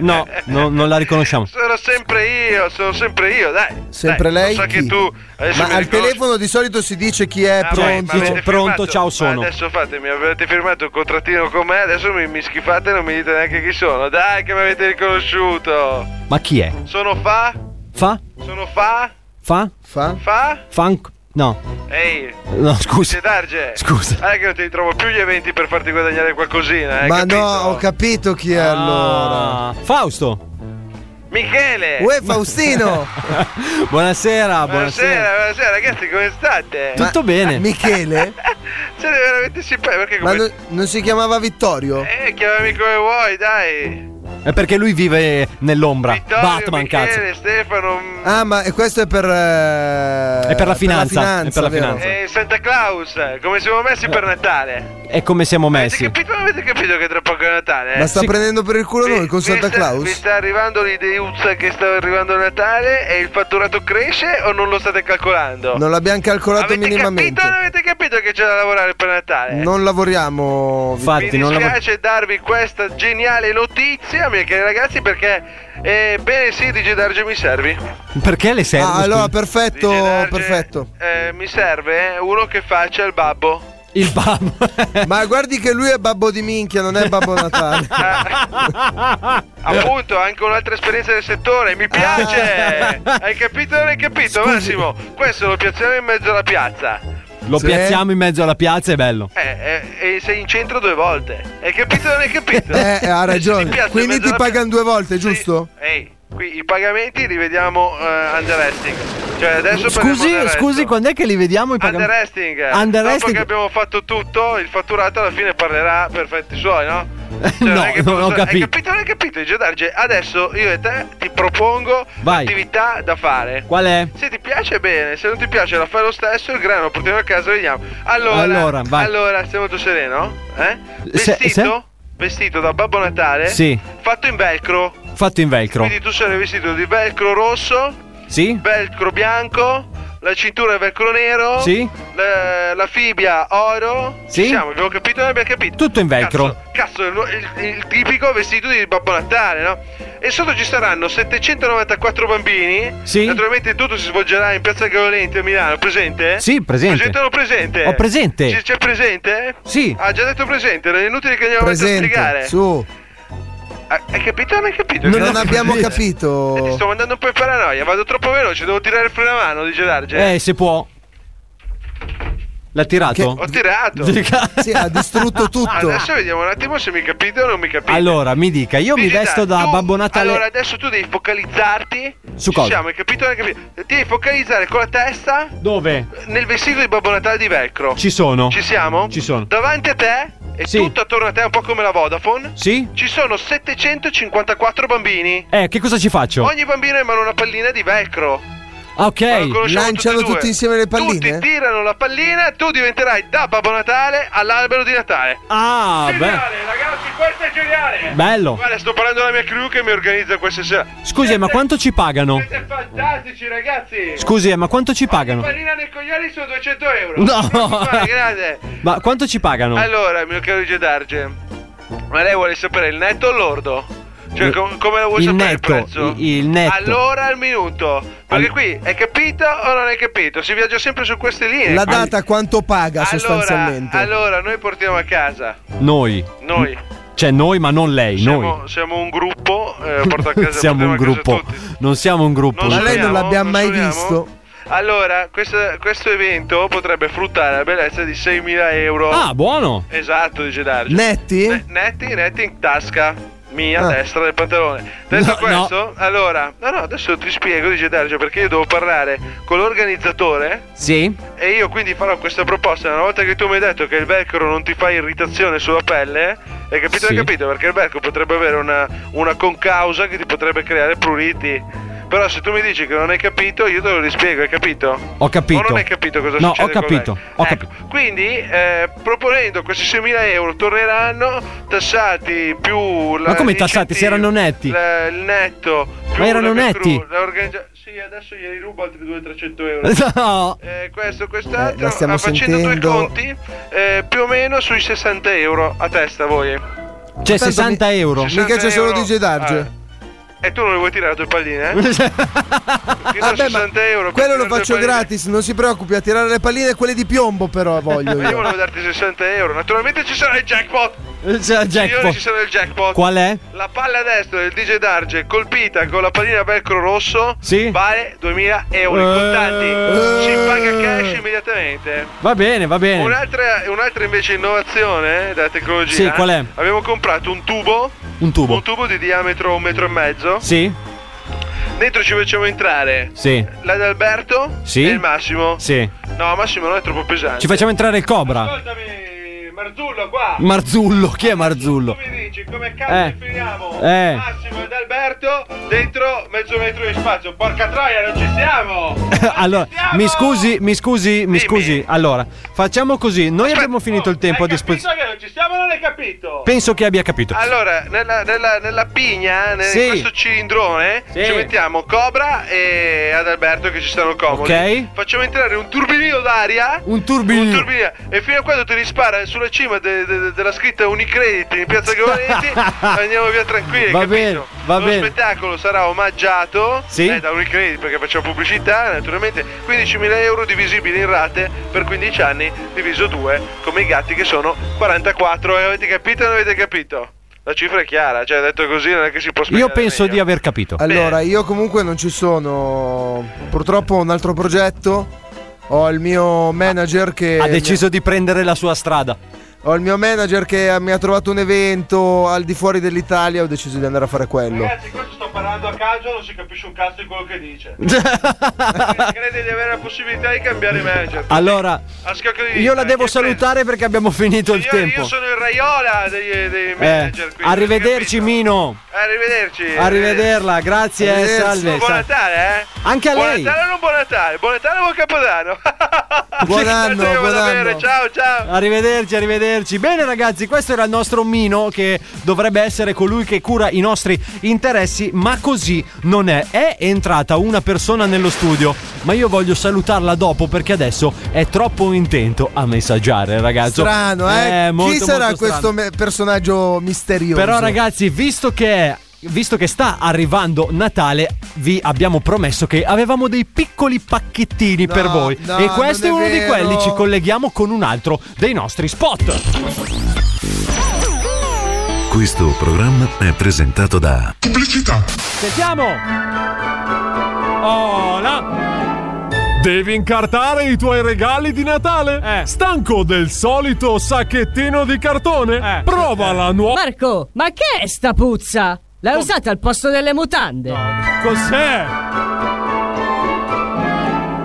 Speaker 7: no, no, non la riconosciamo.
Speaker 17: Sono sempre io, sono sempre io, dai!
Speaker 9: Sempre
Speaker 17: Dai,
Speaker 9: lei?
Speaker 17: Lo so che
Speaker 9: Chi?
Speaker 17: tu adesso
Speaker 9: Ma
Speaker 17: mi
Speaker 9: al
Speaker 17: riconosci.
Speaker 9: telefono di solito si dice chi è,
Speaker 17: Ah, beh,
Speaker 9: pronto.
Speaker 17: ma avete
Speaker 7: pronto,
Speaker 17: firmato-
Speaker 7: ciao,
Speaker 17: ma
Speaker 7: sono.
Speaker 17: Adesso fatemi, avete firmato un contrattino con me, adesso mi, mi schifate e non mi dite neanche chi sono. Dai che mi avete riconosciuto!
Speaker 7: Ma chi è?
Speaker 17: Sono fa?
Speaker 7: Fa?
Speaker 17: Sono fa?
Speaker 7: Fa?
Speaker 9: Fa?
Speaker 17: Fa?
Speaker 7: Funk? No.
Speaker 8: Ehi,
Speaker 7: No, scusa.
Speaker 8: Dice Darge,
Speaker 7: Scusa.
Speaker 8: Ah, che non ti ritrovo più gli eventi per farti guadagnare qualcosina. eh,
Speaker 9: Ma
Speaker 8: capito?
Speaker 9: no, ho capito chi è
Speaker 7: Ah.
Speaker 9: allora.
Speaker 7: Fausto.
Speaker 8: Michele!
Speaker 9: Uè, Faustino!
Speaker 8: Eh.
Speaker 7: Buonasera, buonasera.
Speaker 8: Buonasera, buonasera ragazzi, come state?
Speaker 7: Tutto bene.
Speaker 9: Michele?
Speaker 8: Siete veramente simpatici perché
Speaker 9: Ma
Speaker 8: come...
Speaker 9: no- non si chiamava Vittorio?
Speaker 8: Eh, chiamami come vuoi, dai.
Speaker 7: È perché lui vive nell'ombra.
Speaker 8: Vittorio,
Speaker 7: Batman, cazzo.
Speaker 8: Michele, Stefano.
Speaker 9: Ah, ma e questo è per. eh,
Speaker 7: È per la finanza, è per la
Speaker 9: vero?
Speaker 7: finanza. Eh,
Speaker 8: E Santa Claus, come siamo messi per Natale?
Speaker 7: È come siamo messi.
Speaker 8: Capito, avete capito che tra poco è Natale? eh?
Speaker 9: Ma sta prendendo per il culo noi con Santa
Speaker 8: sta- Vi
Speaker 9: Claus?
Speaker 8: sta arrivando l'ideuzza che sta arrivando Natale e il fatturato cresce o non lo state calcolando?
Speaker 9: Non l'abbiamo calcolato minimamente.
Speaker 8: Non avete capito che c'è da lavorare per Natale?
Speaker 9: Non lavoriamo.
Speaker 8: Mi dispiace darvi questa geniale notizia, miei cari ragazzi, perché eh, bene sì, dice Darge mi servi.
Speaker 7: Perché le serve?
Speaker 9: Ah,
Speaker 7: scusa?
Speaker 9: allora, perfetto, perfetto.
Speaker 8: Eh, mi serve uno che faccia il babbo.
Speaker 7: Il babbo.
Speaker 9: ma guardi che lui è babbo di minchia, non è babbo Natale.
Speaker 8: Appunto, anche un'altra esperienza del settore, mi piace! Hai capito o non hai capito, Massimo? Questo lo piazziamo in mezzo alla piazza.
Speaker 7: Lo
Speaker 8: Sì.
Speaker 7: piazziamo in mezzo alla piazza, è bello.
Speaker 8: Eh, eh, e sei in centro due volte. Hai capito o non hai capito?
Speaker 9: Eh, eh, ha
Speaker 8: Ti
Speaker 9: ragione.
Speaker 8: piazzo in
Speaker 9: Quindi
Speaker 8: mezzo
Speaker 9: ti
Speaker 8: alla
Speaker 9: pagano due volte, giusto?
Speaker 8: Ehi, qui i pagamenti li vediamo eh, under resting. Cioè adesso
Speaker 7: Scusi,
Speaker 8: parliamo del
Speaker 7: scusi,
Speaker 8: resto.
Speaker 7: quando è che li vediamo i
Speaker 8: Under
Speaker 7: pagamenti?
Speaker 8: resting. eh.
Speaker 7: Under
Speaker 8: Dopo
Speaker 7: resting?
Speaker 8: che abbiamo fatto tutto, il fatturato alla fine parlerà per fatti suoi, no? Cioè,
Speaker 7: no,
Speaker 8: non è che
Speaker 7: non ho
Speaker 8: posso- Hai
Speaker 7: capito.
Speaker 8: capito, non hai capito, Gedarge? Adesso io e te ti propongo
Speaker 7: Vai.
Speaker 8: l'attività da fare.
Speaker 7: Qual è?
Speaker 8: Se ti piace bene, se non ti piace la fai lo stesso, il grano portiamo a casa, vediamo. Allora,
Speaker 7: Allora, vai.
Speaker 8: allora, sei molto sereno? Eh?
Speaker 7: Se-
Speaker 8: Vestito? Vestito da Babbo Natale?
Speaker 7: Sì.
Speaker 8: Fatto in velcro.
Speaker 7: Fatto in velcro.
Speaker 8: Eh? Quindi tu sei vestito di velcro rosso,
Speaker 7: Sì?
Speaker 8: velcro bianco, la cintura è velcro nero,
Speaker 7: Sì.
Speaker 8: la, la fibia oro.
Speaker 7: Sì.
Speaker 8: Ci siamo, abbiamo capito, non abbiamo capito.
Speaker 7: Tutto in velcro.
Speaker 8: Diciamo Cazzo, il, il- il tipico vestito di Babbo Natale, no? E sotto ci saranno 794 bambini.
Speaker 7: Sì.
Speaker 8: Naturalmente tutto si svolgerà in Piazza Galolenti a Milano, presente?
Speaker 7: Sì, presente.
Speaker 8: Presente o non presente?
Speaker 7: Ho presente.
Speaker 8: Ci- C'è presente?
Speaker 7: Sì.
Speaker 8: Ha Ah, già detto presente, non è inutile che andiamo avanti a spiegare.
Speaker 9: Presente. Su.
Speaker 8: Ah, Hai capito o non hai capito?
Speaker 9: Non,
Speaker 8: Cazzo,
Speaker 9: abbiamo
Speaker 8: così.
Speaker 9: capito.
Speaker 8: Sto mandando un po' in paranoia, vado troppo veloce, devo tirare fuori la mano, dice Darge.
Speaker 7: Eh, se può. L'ha tirato?
Speaker 8: Ho tirato.
Speaker 9: Sì, ha distrutto tutto.
Speaker 8: Ah, Adesso vediamo un attimo se mi capite o non mi capite.
Speaker 7: Allora, mi dica, io mi
Speaker 8: Dici,
Speaker 7: vesto
Speaker 8: dai,
Speaker 7: da
Speaker 8: tu-
Speaker 7: Babbo Natale.
Speaker 8: Allora, adesso tu devi focalizzarti.
Speaker 7: Su
Speaker 8: Ci
Speaker 7: cosa?
Speaker 8: Siamo, hai capito? o Non hai capito? Devi focalizzare con la testa
Speaker 7: Dove?
Speaker 8: nel vestito di Babbo Natale di velcro.
Speaker 7: Ci sono.
Speaker 8: Ci siamo?
Speaker 7: Ci sono.
Speaker 8: Davanti a te e
Speaker 7: Sì.
Speaker 8: tutto attorno a te, un po' come la Vodafone.
Speaker 7: Sì?
Speaker 8: Ci sono 754 bambini.
Speaker 7: Eh, che cosa ci faccio?
Speaker 8: Ogni bambino ha in mano una pallina di velcro.
Speaker 7: Ah, Ok.
Speaker 8: Ma lo conosciamo
Speaker 9: Lanciano
Speaker 8: e due.
Speaker 9: tutti insieme le palline?
Speaker 8: Tutti tirano la pallina, tu diventerai da Babbo Natale all'albero di Natale.
Speaker 7: Ah, beh.
Speaker 8: Geniale, ragazzi, questo è geniale.
Speaker 7: Bello.
Speaker 8: Guarda, sto parlando alla mia crew che mi organizza questa sera.
Speaker 7: Scusi, ma quanto ci pagano?
Speaker 8: Siete fantastici, ragazzi.
Speaker 7: Scusi, eh, ma quanto ci pagano?
Speaker 8: Pallina nei coglioni sono 200 euro.
Speaker 7: No.
Speaker 8: Guarda, grande.
Speaker 7: Ma quanto ci pagano?
Speaker 8: Allora, mio caro Gedarge, ma lei vuole sapere il netto o il lordo? Cioè,
Speaker 7: Il-
Speaker 8: com- come lo vuoi
Speaker 7: il
Speaker 8: sapere
Speaker 7: netto,
Speaker 8: il prezzo?
Speaker 7: i- il netto.
Speaker 8: Allora al minuto. Perché
Speaker 7: Al-
Speaker 8: qui hai capito o non hai capito? Si viaggia sempre su queste linee.
Speaker 9: La data quanto paga
Speaker 8: Allora-
Speaker 9: sostanzialmente?
Speaker 8: Allora, noi portiamo a casa.
Speaker 7: Noi.
Speaker 8: Noi.
Speaker 7: Cioè, noi, ma non lei,
Speaker 8: Siamo, siamo un gruppo. Eh, porto a
Speaker 7: noi.
Speaker 8: casa,
Speaker 7: Siamo un
Speaker 8: portiamo a casa
Speaker 7: gruppo.
Speaker 8: tutti.
Speaker 7: Non siamo un gruppo.
Speaker 9: Ma lei non
Speaker 8: suoniamo?
Speaker 9: l'abbiamo mai
Speaker 8: suoniamo?
Speaker 9: visto?
Speaker 8: Allora, questo, questo evento potrebbe fruttare la bellezza di 6.000 euro.
Speaker 7: Ah, buono.
Speaker 8: Esatto, dice Darge.
Speaker 9: Netti?
Speaker 8: Ne- netti, netti in tasca. Mia
Speaker 9: Ah.
Speaker 8: destra del pantalone. Detto
Speaker 7: No,
Speaker 8: questo, allora, no, no, adesso ti spiego, dice Darge, perché io devo parlare con l'organizzatore
Speaker 7: Sì?
Speaker 8: e io quindi farò questa proposta. Una volta che tu mi hai detto che il velcro non ti fa irritazione sulla pelle, hai capito?
Speaker 7: Sì.
Speaker 8: Hai capito? Perché il velcro potrebbe avere una, una concausa che ti potrebbe creare pruriti. Però se tu mi dici che non hai capito, io te lo rispiego, hai capito?
Speaker 7: Ho capito.
Speaker 8: O non hai capito cosa
Speaker 7: No,
Speaker 8: succede
Speaker 7: ho
Speaker 8: con
Speaker 7: capito,
Speaker 8: lei?
Speaker 7: ho
Speaker 8: Ecco,
Speaker 7: capito.
Speaker 8: Quindi, eh, proponendo questi 6.000 euro, torneranno tassati più... la-
Speaker 7: Ma come tassati?
Speaker 8: l'incentivo,
Speaker 7: Si erano netti?
Speaker 8: la- il netto. più
Speaker 7: Ma erano
Speaker 8: la
Speaker 7: netti?
Speaker 8: crew, la organizza- Sì, adesso gli rubo altri 200-300 euro.
Speaker 7: No.
Speaker 8: Eh, questo,
Speaker 9: Eh,
Speaker 8: quest'altro,
Speaker 9: la stiamo
Speaker 8: ah, facendo
Speaker 9: sentendo.
Speaker 8: due conti, eh, più o meno sui 60 euro a testa voi.
Speaker 7: Cioè,
Speaker 9: Tanto mi-
Speaker 7: 60 euro.
Speaker 9: Mica c'è
Speaker 8: 60
Speaker 9: solo
Speaker 8: euro.
Speaker 9: DJ Darge.
Speaker 8: Ah, E tu non le vuoi tirare le tue palline? Eh? Fino a
Speaker 9: Vabbè, ma
Speaker 8: 60 euro.
Speaker 9: Quello
Speaker 8: per tirare
Speaker 9: lo
Speaker 8: le tue
Speaker 9: faccio
Speaker 8: palline.
Speaker 9: gratis, non si preoccupi, a tirare le palline quelle di piombo però voglio
Speaker 8: Ma io
Speaker 9: io.
Speaker 8: volevo darti 60 euro. Naturalmente ci sarà il jackpot.
Speaker 7: Eh, C'è il
Speaker 8: Signori,
Speaker 7: jackpot.
Speaker 8: ci sarà il jackpot.
Speaker 7: Qual è?
Speaker 8: La palla a destra del DJ Darge colpita con la pallina velcro rosso vale 2000 euro. in
Speaker 7: Eh.
Speaker 8: Contanti. Ci paga cash immediatamente.
Speaker 7: Va bene, va bene.
Speaker 8: Un'altra, un'altra invece innovazione eh, della tecnologia.
Speaker 7: Sì, qual è?
Speaker 8: Abbiamo comprato un tubo.
Speaker 7: Un tubo.
Speaker 8: Un tubo di diametro un metro e mezzo.
Speaker 7: Sì,
Speaker 8: Dentro ci facciamo entrare
Speaker 7: sì,
Speaker 8: l'Adalberto
Speaker 7: Sì.
Speaker 8: e il Massimo.
Speaker 7: sì.
Speaker 8: No, Massimo non è troppo pesante.
Speaker 7: Ci facciamo entrare il cobra.
Speaker 8: Eh, Marzullo qua.
Speaker 7: Marzullo, chi è Marzullo?
Speaker 8: Dici come
Speaker 7: Eh.
Speaker 8: cazzo finiamo?
Speaker 7: Eh.
Speaker 8: Massimo ed Alberto dentro mezzo metro di spazio. Porca troia, non ci siamo!
Speaker 7: allora, mi scusi, mi scusi, mi scusi. Allora, facciamo così. Noi abbiamo finito il tempo a disposizione.
Speaker 8: che non ci siamo, non hai capito?
Speaker 7: Penso che abbia capito.
Speaker 8: Allora, nella, nella, nella pigna, eh, nel,
Speaker 7: Sì.
Speaker 8: in questo cilindrone, ci mettiamo Cobra e Adalberto che ci stanno comodi.
Speaker 7: Ok.
Speaker 8: Facciamo entrare un turbinino d'aria.
Speaker 7: Un turbinino.
Speaker 8: Un turbinino. E fino a quando ti rispara sulla cima de- de- della scritta Unicredit in piazza Gavarenti, andiamo via tranquilli.
Speaker 7: Va
Speaker 8: capito?
Speaker 7: bene, va
Speaker 8: Lo
Speaker 7: bene.
Speaker 8: spettacolo sarà omaggiato
Speaker 7: Sì.
Speaker 8: eh, da Unicredit perché facciamo pubblicità, naturalmente. 15.000 euro divisibili in rate per 15 anni, diviso 2, come i gatti che sono 44. E avete capito o non avete capito? La cifra è chiara, cioè detto così non è che si può spiegare.
Speaker 7: Io penso di aver capito.
Speaker 9: Allora, io comunque non ci sono. Purtroppo ho un altro progetto. Ho il mio manager che.
Speaker 8: Eh,
Speaker 7: Ha deciso di prendere la sua strada.
Speaker 9: Ho il mio manager che mi ha trovato un evento al di fuori dell'Italia. Ho deciso di andare a fare quello.
Speaker 8: parlando a caso non si capisce un cazzo di quello che dice. Crede di avere la possibilità di cambiare manager.
Speaker 7: Allora,
Speaker 8: A scacco di
Speaker 7: io la
Speaker 8: dita,
Speaker 7: devo
Speaker 8: chi è preso?
Speaker 7: salutare perché abbiamo finito il
Speaker 8: Signori,
Speaker 7: tempo.
Speaker 8: Io sono il Raiola dei, dei
Speaker 7: Eh,
Speaker 8: manager. quindi-
Speaker 7: arrivederci, Mino.
Speaker 8: Arrivederci.
Speaker 7: Arrivederla, grazie,
Speaker 8: Arrivederci.
Speaker 7: salve,
Speaker 8: Buon
Speaker 7: salve.
Speaker 8: Natale, eh?
Speaker 7: Anche a lei.
Speaker 8: Buon Natale o non buon Natale? Buon Natale o buon Capodanno?
Speaker 7: Buon anno,
Speaker 8: Tanto io vado
Speaker 7: buon
Speaker 8: a
Speaker 7: anno.
Speaker 8: bere, Ciao, ciao.
Speaker 7: Arrivederci, arrivederci. Bene ragazzi, questo era il nostro Mino che dovrebbe essere colui che cura i nostri interessi, ma così non è. È entrata una persona nello studio, ma io voglio salutarla dopo perché adesso è troppo intento a messaggiare, ragazzo.
Speaker 9: Strano, eh?
Speaker 7: molto,
Speaker 9: Chi sarà
Speaker 7: molto
Speaker 9: questo
Speaker 7: strano.
Speaker 9: me- personaggio misterioso?
Speaker 7: Però ragazzi, visto che Visto che sta arrivando Natale, vi abbiamo promesso che avevamo dei piccoli pacchettini per voi.
Speaker 9: no,
Speaker 7: e questo è,
Speaker 9: non è
Speaker 7: uno di
Speaker 9: vero.
Speaker 7: quelli. Ci colleghiamo con un altro dei nostri spot.
Speaker 13: Questo programma è presentato da
Speaker 7: Pubblicità. Sentiamo. Oh là.
Speaker 18: Devi incartare i tuoi regali di Natale? Stanco del solito sacchettino di cartone? Prova la nuova.
Speaker 12: Marco, ma che è sta puzza? L'hai usata al posto delle mutande.
Speaker 18: Cos'è?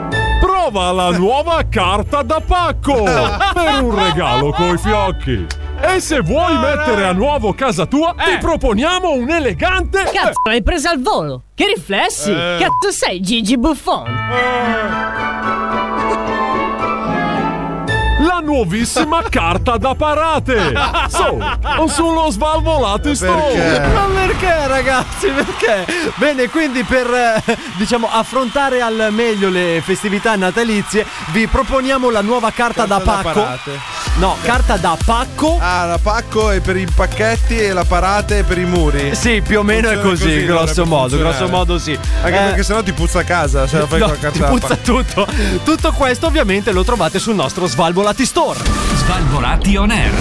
Speaker 18: Eh. Prova la nuova carta da pacco per un regalo coi fiocchi. E se vuoi mettere a nuovo casa tua, ti proponiamo un elegante.
Speaker 12: Cazzo, l'hai presa al volo! Che riflessi!
Speaker 18: Eh.
Speaker 12: Cazzo sei Gigi Buffon!
Speaker 18: La nuovissima carta da parate! So, sono svalvolati sto!
Speaker 7: Ma perché ragazzi? Perché? Bene, quindi per eh, diciamo affrontare al meglio le festività natalizie, vi proponiamo la nuova carta, da
Speaker 19: da
Speaker 7: pacco.
Speaker 19: parate.
Speaker 7: no, carta da pacco.
Speaker 19: Ah, la pacco è per i pacchetti e la parate è per i muri.
Speaker 7: Sì, più o meno è
Speaker 19: Funziona
Speaker 7: così, grosso
Speaker 19: dovrebbe
Speaker 7: modo,
Speaker 19: funzionare.
Speaker 7: grosso modo sì.
Speaker 19: Anche
Speaker 7: Eh,
Speaker 19: perché sennò ti puzza a casa se la fai
Speaker 7: no,
Speaker 19: con la carta
Speaker 7: ti
Speaker 19: da
Speaker 7: puzza
Speaker 19: pacco.
Speaker 7: tutto. Tutto questo ovviamente lo trovate sul nostro Svalvolati Store. Svalvolati on air.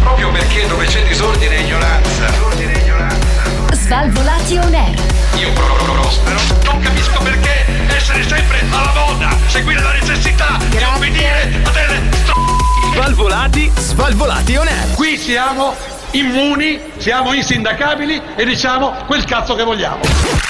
Speaker 20: Proprio perché dove c'è disordine e ignoranza, disordine e ignoranza.
Speaker 21: Svalvolati on air.
Speaker 20: Io pro- pro- prospero. Non capisco perché essere sempre alla moda, seguire la necessità di obbedire a delle Svalvolati, svalvolati on air. Qui siamo immuni, siamo insindacabili e diciamo quel cazzo che vogliamo.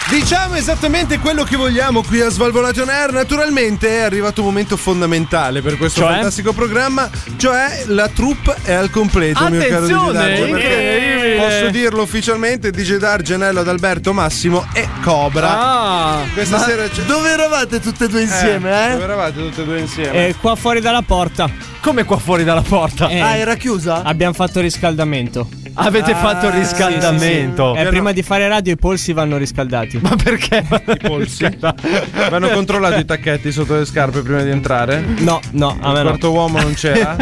Speaker 19: Diciamo esattamente quello che vogliamo qui a Svalvolation Air. Naturalmente è arrivato un momento fondamentale per questo
Speaker 7: Cioè?
Speaker 19: fantastico programma, cioè la troupe è al completo, mio caro
Speaker 7: Attenzione,
Speaker 19: Digidarge, perché
Speaker 7: incredibile.
Speaker 19: Posso dirlo ufficialmente, Digidarge, Genello, Adalberto, Massimo e Cobra.
Speaker 22: Ah,
Speaker 19: Questa
Speaker 22: ma
Speaker 19: sera c'è...
Speaker 22: dove eravate tutte e due insieme, eh?
Speaker 19: Dove eravate tutte e due insieme?
Speaker 22: E Eh, qua fuori dalla porta.
Speaker 7: Come qua fuori dalla porta?
Speaker 22: ah, era chiusa? Abbiamo fatto riscaldamento.
Speaker 7: Avete fatto il
Speaker 22: Sì,
Speaker 7: riscaldamento.
Speaker 22: sì, sì. Eh, prima di fare radio i polsi vanno riscaldati. Ma
Speaker 7: perché? I
Speaker 19: polsi. Mi hanno controllato i tacchetti sotto le scarpe prima di entrare?
Speaker 22: No, no, a
Speaker 19: Il
Speaker 22: me no.
Speaker 19: quarto uomo non c'era?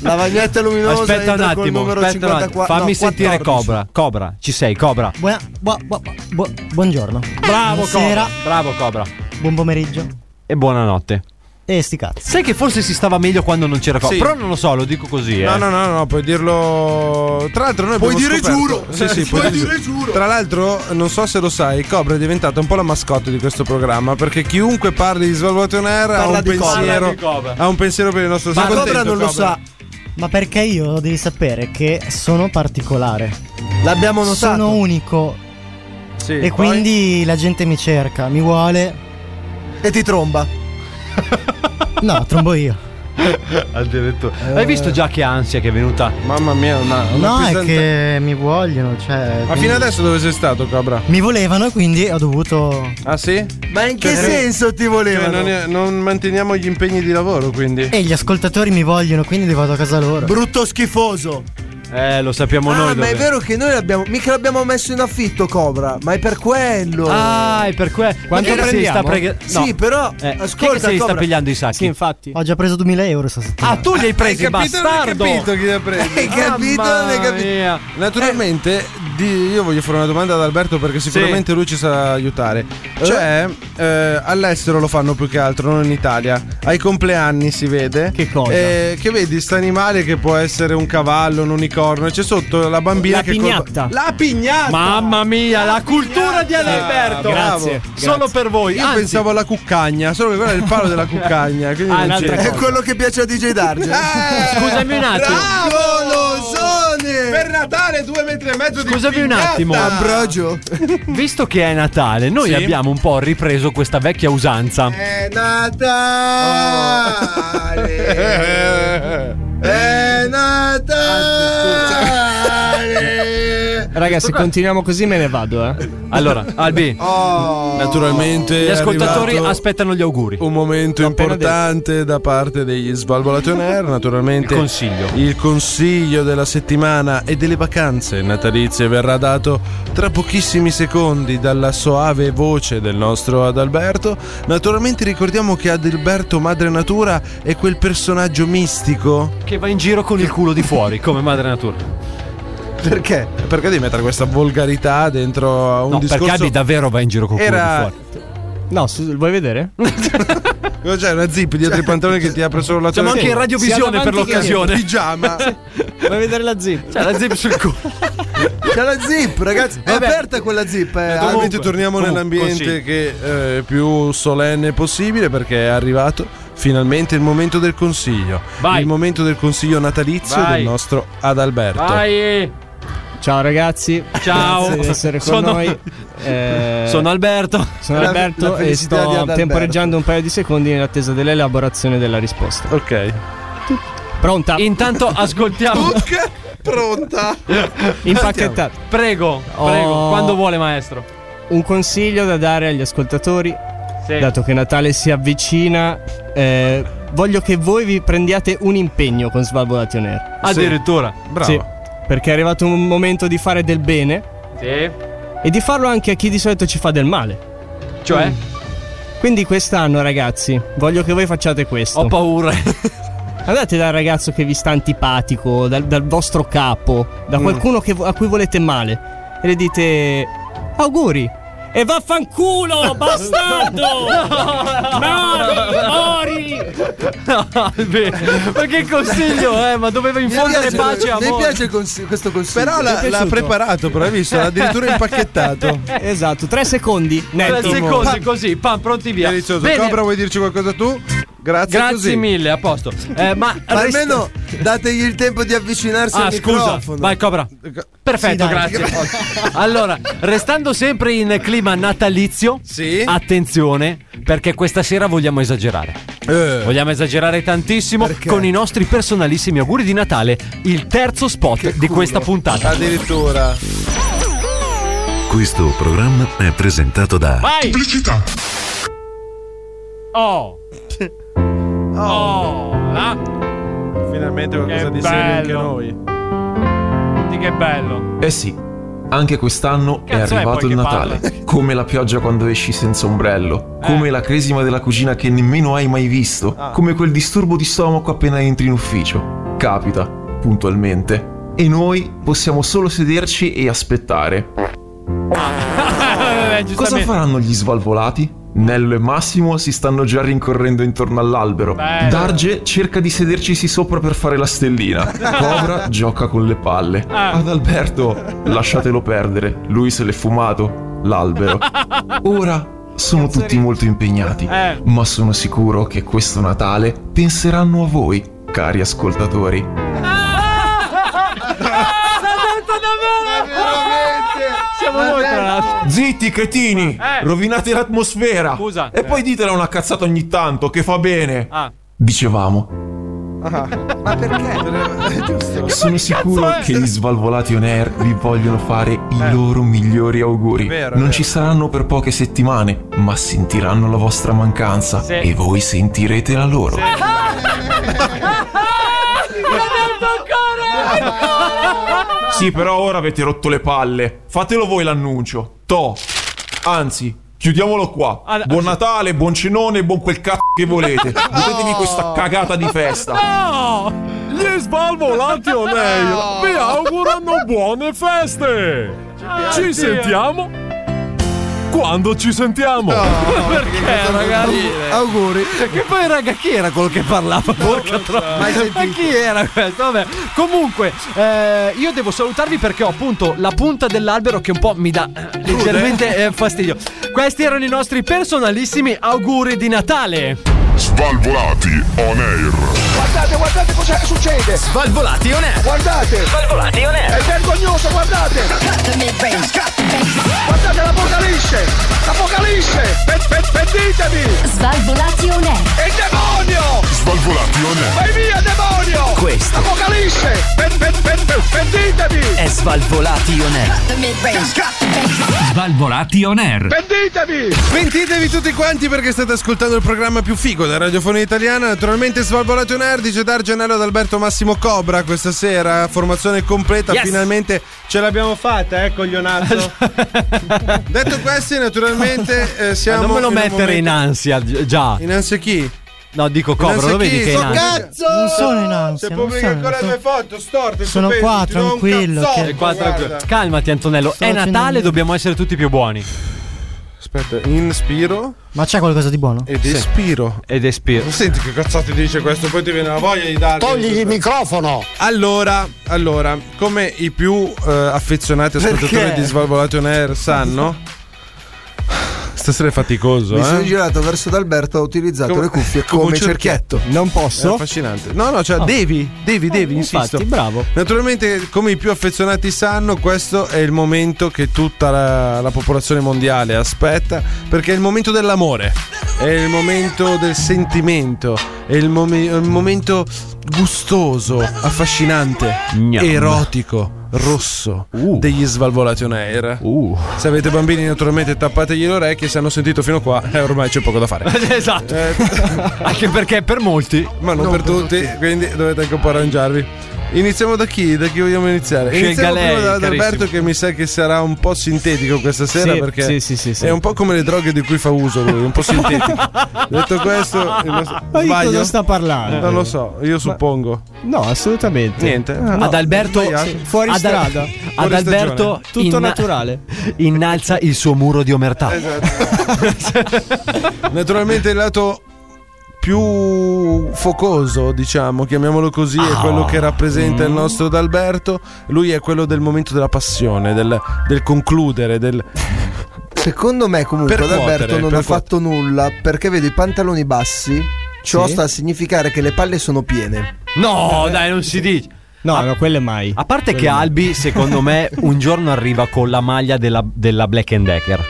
Speaker 9: La vagnetta luminosa
Speaker 7: Aspetta un
Speaker 9: entra col
Speaker 7: attimo,
Speaker 9: numero
Speaker 7: aspetta un
Speaker 9: 54
Speaker 7: attimo. fammi
Speaker 9: no,
Speaker 7: sentire
Speaker 9: 14.
Speaker 7: Cobra. Cobra, ci sei, Cobra.
Speaker 2: Buona- bu- bu- bu- buongiorno.
Speaker 7: Bravo
Speaker 2: Buonasera.
Speaker 7: Cobra. Bravo Cobra.
Speaker 2: Buon pomeriggio.
Speaker 7: E buonanotte.
Speaker 2: E Eh, sti cazzi.
Speaker 7: Sai che forse si stava meglio quando non c'era qua.
Speaker 8: Sì.
Speaker 7: Però non lo so, lo dico così.
Speaker 8: No,
Speaker 7: eh.
Speaker 8: no, no, no, puoi dirlo. Tra l'altro, noi
Speaker 7: Puoi
Speaker 8: abbiamo
Speaker 7: dire
Speaker 8: scoperto-
Speaker 7: giuro.
Speaker 8: Sì,
Speaker 2: Eh,
Speaker 8: sì, puoi, dire, giuro. Tra l'altro, non so se lo sai, Cobra è diventata un po' la mascotte di questo programma. Perché chiunque parli di Svalvolato on Air ha
Speaker 2: Parla
Speaker 8: un,
Speaker 2: di Cobra.
Speaker 8: pensiero,
Speaker 2: Parla di Cobra.
Speaker 8: ha un pensiero per il nostro
Speaker 2: Ma
Speaker 8: Sei
Speaker 2: Cobra
Speaker 8: contento,
Speaker 2: non lo
Speaker 8: Cobra?
Speaker 2: sa. Ma perché io devi sapere che sono particolare. L'abbiamo
Speaker 9: notato.
Speaker 7: Esatto.
Speaker 2: Sono unico.
Speaker 8: Sì,
Speaker 2: e
Speaker 9: poi?
Speaker 2: quindi la gente mi cerca, mi vuole. E ti tromba. No, trombo io.
Speaker 7: Addirittura. Hai visto già che ansia che è venuta?
Speaker 8: Mamma mia, ma.
Speaker 2: No, è che mi vogliono, cioè.
Speaker 8: Ma
Speaker 2: quindi-
Speaker 8: fino adesso dove sei stato, Cobra?
Speaker 2: Mi volevano e quindi ho dovuto.
Speaker 8: Ah, sì?
Speaker 2: Ma in che
Speaker 8: Cioè,
Speaker 2: senso ti volevano?
Speaker 8: Cioè, non, è- non manteniamo gli impegni di lavoro, quindi.
Speaker 2: E gli ascoltatori mi vogliono, quindi li vado a casa loro.
Speaker 9: Brutto schifoso.
Speaker 7: Eh, lo sappiamo noi.
Speaker 9: ah, ma è
Speaker 7: dove-
Speaker 9: vero che noi l'abbiamo. Mica l'abbiamo messo in affitto, Cobra. Ma è per quello.
Speaker 7: Ah, è per quello.
Speaker 9: Quanto
Speaker 7: si sta
Speaker 9: prendiamo?
Speaker 7: prega- no.
Speaker 9: Sì, però.
Speaker 7: Eh, chi è
Speaker 9: ascolta,
Speaker 7: che se li sta
Speaker 9: Cobra.
Speaker 7: pigliando i sacchi?
Speaker 2: infatti. Ho già preso 2000 euro stamattina.
Speaker 7: Ah, tu li hai presi, bastardo.
Speaker 8: Hai capito chi l'ha preso?
Speaker 7: Hai capito? Mamma Non hai capito? mia.
Speaker 8: Naturalmente, di- io voglio fare una domanda ad Alberto perché sicuramente lui ci sa aiutare. Cioè, eh, all'estero lo fanno più che altro, non in Italia. Ai compleanni si vede. Che
Speaker 22: cosa?
Speaker 8: che vedi sta animale che può essere un cavallo, un unicorno. e C'è sotto la bambina
Speaker 22: La
Speaker 8: che col-
Speaker 22: pignatta.
Speaker 8: La pignata!
Speaker 7: Mamma mia, la cultura di Alberto.
Speaker 8: Grazie,
Speaker 7: Solo
Speaker 8: grazie.
Speaker 7: per voi.
Speaker 8: Io
Speaker 7: Anzi-
Speaker 8: pensavo alla cuccagna, solo che quello è il palo della cuccagna. quindi
Speaker 7: Ah,
Speaker 8: non
Speaker 7: un'altra
Speaker 8: c'è. Eh,
Speaker 7: cosa. È quello
Speaker 9: che piace a DJ Darge.
Speaker 7: Scusami un attimo.
Speaker 9: Golosone!
Speaker 8: Per Natale due metri e mezzo
Speaker 7: Scusami un attimo. Visto che è Natale, noi
Speaker 9: Sì.
Speaker 7: abbiamo un po' ripreso questa vecchia usanza.
Speaker 9: È Natale! È Natale!
Speaker 22: Raga, se continuiamo così me ne vado, eh.
Speaker 7: Allora, Albi.
Speaker 9: Oh.
Speaker 8: Naturalmente
Speaker 7: Gli ascoltatori
Speaker 8: è arrivato Oh.
Speaker 7: aspettano gli auguri.
Speaker 8: Un momento importante da parte degli Svalvolati on Air, naturalmente
Speaker 7: Il consiglio.
Speaker 8: il consiglio della settimana e delle vacanze natalizie verrà dato tra pochissimi secondi dalla soave voce del nostro Adalberto. Naturalmente ricordiamo che Adalberto Madre Natura è quel personaggio mistico
Speaker 7: Che va in giro con il culo di fuori, come madre natura.
Speaker 8: Perché? Perché devi mettere questa volgarità dentro a un
Speaker 7: No,
Speaker 8: discorso
Speaker 7: perché Abby davvero va in giro col
Speaker 8: Era-
Speaker 7: culo di
Speaker 22: No, su- vuoi vedere?
Speaker 8: Cioè, una zip dietro i pantaloni che ti apre solo la
Speaker 7: Siamo
Speaker 8: testa.
Speaker 7: anche in radiovisione
Speaker 8: Sia davanti
Speaker 7: per
Speaker 8: che
Speaker 7: l'occasione.
Speaker 8: dietro. Pigiama.
Speaker 22: Vuoi vedere la zip?
Speaker 7: C'è la zip sul culo.
Speaker 9: C'è la zip, ragazzi. È
Speaker 7: Vabbè.
Speaker 9: aperta quella zip. Eh.
Speaker 8: Naturalmente
Speaker 9: Almeno-
Speaker 8: torniamo
Speaker 7: comunque,
Speaker 8: nell'ambiente
Speaker 7: consiglio.
Speaker 8: che eh, è più solenne possibile perché è arrivato finalmente il momento del consiglio. Il momento del consiglio natalizio
Speaker 22: Vai.
Speaker 8: del nostro Adalberto.
Speaker 7: Vai.
Speaker 22: Ciao ragazzi.
Speaker 7: Ciao.
Speaker 22: Grazie di essere con
Speaker 7: Sono-
Speaker 22: noi. Eh,
Speaker 7: Sono Alberto.
Speaker 22: Sono
Speaker 7: La-
Speaker 22: Alberto
Speaker 7: la
Speaker 22: e
Speaker 7: felicità di
Speaker 22: sto
Speaker 7: Adalberto.
Speaker 22: temporeggiando un paio di secondi in attesa dell'elaborazione della risposta.
Speaker 8: Ok.
Speaker 22: Pronta?
Speaker 7: Intanto ascoltiamo.
Speaker 8: Pronta.
Speaker 22: Impacchettata.
Speaker 7: Prego, prego,
Speaker 22: Oh.
Speaker 7: quando vuole maestro.
Speaker 22: Un consiglio da dare agli ascoltatori,
Speaker 7: Sì.
Speaker 22: dato che Natale si avvicina, eh, voglio che voi vi prendiate un impegno con Svalvolati On Air.
Speaker 7: Addirittura. Bravo.
Speaker 22: Sì, perché è arrivato un momento di fare del bene
Speaker 7: Sì.
Speaker 22: e di farlo anche a chi di solito ci fa del male.
Speaker 7: Cioè?
Speaker 22: Quindi quest'anno, ragazzi, voglio che voi facciate questo.
Speaker 7: Ho paura.
Speaker 22: Andate dal ragazzo che vi sta antipatico, dal, dal vostro capo, da
Speaker 7: Mm.
Speaker 22: qualcuno che vo- a cui volete male e le dite auguri. E vaffanculo, bastardo! Mari,
Speaker 7: Ma che consiglio, eh? Ma doveva
Speaker 9: Mi
Speaker 7: infondere
Speaker 9: piace-
Speaker 7: pace e
Speaker 9: mi
Speaker 7: amore.
Speaker 9: piace il consi- questo consiglio.
Speaker 8: Però la-
Speaker 9: Mi è
Speaker 8: l'ha
Speaker 9: piaciuto.
Speaker 8: preparato, però hai visto? L'ha addirittura impacchettato.
Speaker 22: esatto, tre secondi. Netto.
Speaker 7: Tre secondi così, pam, pronti via.
Speaker 8: Delizioso.
Speaker 7: Bene.
Speaker 8: Cobra, vuoi dirci qualcosa tu? Grazie,
Speaker 7: Grazie
Speaker 8: così.
Speaker 7: mille, a posto. Eh, ma
Speaker 9: Ma
Speaker 7: resta-
Speaker 9: almeno dategli il tempo di avvicinarsi
Speaker 7: Ah,
Speaker 9: al
Speaker 7: scusa.
Speaker 9: microfono.
Speaker 7: Vai, Cobra. Perfetto,
Speaker 9: Sì, dai.
Speaker 7: grazie. allora, restando sempre in clima natalizio, attenzione, perché questa sera vogliamo esagerare.
Speaker 9: Eh.
Speaker 7: Vogliamo esagerare tantissimo con i nostri personalissimi auguri di Natale, il terzo spot di questa puntata.
Speaker 8: Addirittura.
Speaker 13: Questo programma è presentato da
Speaker 7: Vai! Pubblicità. Oh.
Speaker 8: Oh,
Speaker 7: ah.
Speaker 8: Finalmente qualcosa
Speaker 7: Che
Speaker 8: di serio anche
Speaker 7: bello.
Speaker 8: noi.
Speaker 7: Di che bello.
Speaker 16: Eh sì, anche quest'anno è
Speaker 7: Cazzo è
Speaker 16: arrivato
Speaker 7: poi
Speaker 16: il
Speaker 7: che
Speaker 16: Natale. Come la pioggia quando esci senza ombrello. Come la cresima della cugina che nemmeno hai mai visto. Come quel disturbo di stomaco appena entri in ufficio. Capita, puntualmente. E noi possiamo solo
Speaker 7: Eh,
Speaker 16: sederci e aspettare. Cosa faranno gli svalvolati?
Speaker 3: Nello e Massimo si stanno già rincorrendo intorno all'albero.
Speaker 23: Bello.
Speaker 3: Darge cerca di sedercisi sopra per fare la stellina. Cobra gioca con le palle. Adalberto, lasciatelo perdere. Lui se l'è fumato. L'albero. Ora sono tutti molto impegnati, ma sono sicuro che questo Natale penseranno a voi, cari ascoltatori.
Speaker 20: Siamo
Speaker 24: Ma
Speaker 20: noi,
Speaker 24: te-
Speaker 20: tra l'altro.
Speaker 24: Zitti, cretini!
Speaker 20: Eh.
Speaker 24: Rovinate l'atmosfera!
Speaker 20: Scusa. Eh. Ah.
Speaker 24: E poi ditela una cazzata ogni tanto, che fa bene!
Speaker 3: Dicevamo,
Speaker 5: Ah,
Speaker 9: Ma perché? Giusto.
Speaker 3: sono sicuro che gli svalvolati on air vi vogliono fare i loro migliori auguri.
Speaker 9: È vero, è
Speaker 3: non
Speaker 9: vero.
Speaker 3: ci saranno per poche settimane, ma sentiranno la vostra mancanza
Speaker 20: Sì.
Speaker 3: e voi sentirete la loro.
Speaker 24: Sì, però ora avete rotto le palle. Fatelo voi l'annuncio. To. Anzi, chiudiamolo qua. Buon Natale, buon cenone, buon quel cazzo che volete. Godetevi questa cagata di festa.
Speaker 18: No! Ah, Gli svalvolati on air vi augurano buone feste!
Speaker 20: piace.
Speaker 18: Ci sentiamo quando ci sentiamo!
Speaker 8: Eh,
Speaker 20: perché, ragazzi?
Speaker 9: Auguri!
Speaker 7: Che poi, raga, chi era quello che parlava? Porca troia! Ma chi era questo? Vabbè. Comunque, eh, io devo salutarvi perché ho appunto la punta dell'albero che un po' mi dà eh, leggermente eh, fastidio. Questi erano i nostri personalissimi auguri di Natale.
Speaker 1: Svalvolati on air.
Speaker 20: Guardate, guardate cosa succede! Svalvolati on air! Guardate! Svalvolati on air! È vergognoso, guardate! Guardate l'apocalisse! L'apocalisse! Pe- pe- Pentitevi! Svalvolati on air! Il demonio!
Speaker 1: Svalvolati on air.
Speaker 20: Vai via, demonio!
Speaker 1: Questo.
Speaker 20: Apocalisse! Pe- pe- pe- pe- Pentitevi!
Speaker 5: Eh,
Speaker 20: È svalvolati on
Speaker 11: Svalvolati on air.
Speaker 20: Pentitevi!
Speaker 8: Pentitevi tutti quanti perché state ascoltando il programma più figo della radiofonia italiana. Naturalmente Svalvolato Nerd dice Dargenello ad Alberto Massimo Cobra questa sera. Formazione completa,
Speaker 25: Yes.
Speaker 8: finalmente ce l'abbiamo fatta, eh, coglionazzo. Detto questo, naturalmente eh, siamo
Speaker 7: Ma non me lo
Speaker 8: in un
Speaker 7: mettere in
Speaker 8: momento-
Speaker 7: ansia gi- già.
Speaker 8: In ansia chi?
Speaker 7: No, dico Cobra, lo vedi che è in ansia?
Speaker 2: Non sono in ansia.
Speaker 8: Se
Speaker 2: non
Speaker 8: pubblichi
Speaker 2: sono,
Speaker 8: ancora
Speaker 2: sono-
Speaker 8: le foto storte,
Speaker 2: sono
Speaker 8: su
Speaker 2: qua,
Speaker 8: Facebook, ti do un
Speaker 2: tranquillo,
Speaker 8: cazzotto,
Speaker 2: che-
Speaker 7: Qua, tranquillo.
Speaker 8: guarda.
Speaker 7: Calmati Antonello,
Speaker 2: Sto
Speaker 7: è
Speaker 2: facendo
Speaker 7: Natale,
Speaker 2: niente.
Speaker 7: dobbiamo essere tutti più buoni.
Speaker 8: Aspetta, inspiro
Speaker 2: Ma c'è qualcosa di buono?
Speaker 8: ed espiro.
Speaker 7: Ed espiro.
Speaker 8: Senti che cazzate dice questo, poi ti viene la voglia di dargli.
Speaker 5: Togli il microfono!
Speaker 8: Allora, allora, come i più eh, affezionati ascoltatori
Speaker 5: Perché?
Speaker 8: di Svalvolato on Air sanno, stasera è faticoso.
Speaker 5: Mi
Speaker 8: eh?
Speaker 5: sono girato verso D'Alberto, ho utilizzato
Speaker 8: Come-
Speaker 5: le cuffie
Speaker 8: come
Speaker 5: come,
Speaker 8: un
Speaker 5: cerchietto. Non
Speaker 8: È affascinante. No, no, cioè
Speaker 5: Oh.
Speaker 8: devi, devi, devi,
Speaker 5: infatti,
Speaker 8: insisto. bravo. Naturalmente, come i più affezionati sanno, questo è il momento che tutta la, la popolazione mondiale aspetta, perché è il momento dell'amore, è il momento del sentimento, è il, momi- il momento gustoso, affascinante, erotico. Rosso degli Svalvolati on Air. Se avete bambini, naturalmente tappategli le orecchie. Se hanno sentito fino qua, eh, ormai c'è poco da fare.
Speaker 7: esatto.
Speaker 8: Eh.
Speaker 7: Anche perché per molti,
Speaker 8: ma non, per, tutti, quindi dovete anche un po' arrangiarvi. Iniziamo da chi? Da chi vogliamo iniziare?
Speaker 7: Scelga
Speaker 8: Iniziamo
Speaker 7: lei,
Speaker 8: prima da da
Speaker 7: carissimo.
Speaker 8: Alberto che mi sa che sarà un po' sintetico questa sera
Speaker 23: Sì,
Speaker 8: perché
Speaker 23: sì, sì, sì, sì.
Speaker 8: è un po' come le droghe di cui fa uso lui, un po' sintetico. Detto questo, il nostro-
Speaker 23: Ma di
Speaker 8: sbaglio?
Speaker 23: cosa sta parlando?
Speaker 8: Non lo so, io suppongo.
Speaker 23: No, assolutamente. Ah,
Speaker 8: Niente.
Speaker 23: No,
Speaker 7: ad Alberto,
Speaker 23: sbagliato.
Speaker 7: sì,
Speaker 23: fuori
Speaker 7: ad-
Speaker 23: strada.
Speaker 7: Ad
Speaker 23: Fuori
Speaker 7: Alberto,
Speaker 23: stagione. tutto
Speaker 7: inna-
Speaker 23: naturale.
Speaker 7: Innalza il suo muro di omertà.
Speaker 8: Naturalmente il lato più focoso, diciamo, chiamiamolo così, è quello che rappresenta il nostro D'Alberto. Lui è quello del momento della passione, del, del concludere, del...
Speaker 5: Secondo me comunque
Speaker 8: Per cuotere,
Speaker 5: D'Alberto non
Speaker 8: per
Speaker 5: ha fatto nulla perché vedo i pantaloni bassi. Ciò
Speaker 7: Sì.
Speaker 5: sta a significare che le palle sono piene.
Speaker 7: No, dai, non si dice.
Speaker 23: No, no, quelle mai.
Speaker 7: A parte che Albi, secondo me, un giorno arriva con la maglia della, della Black and Decker.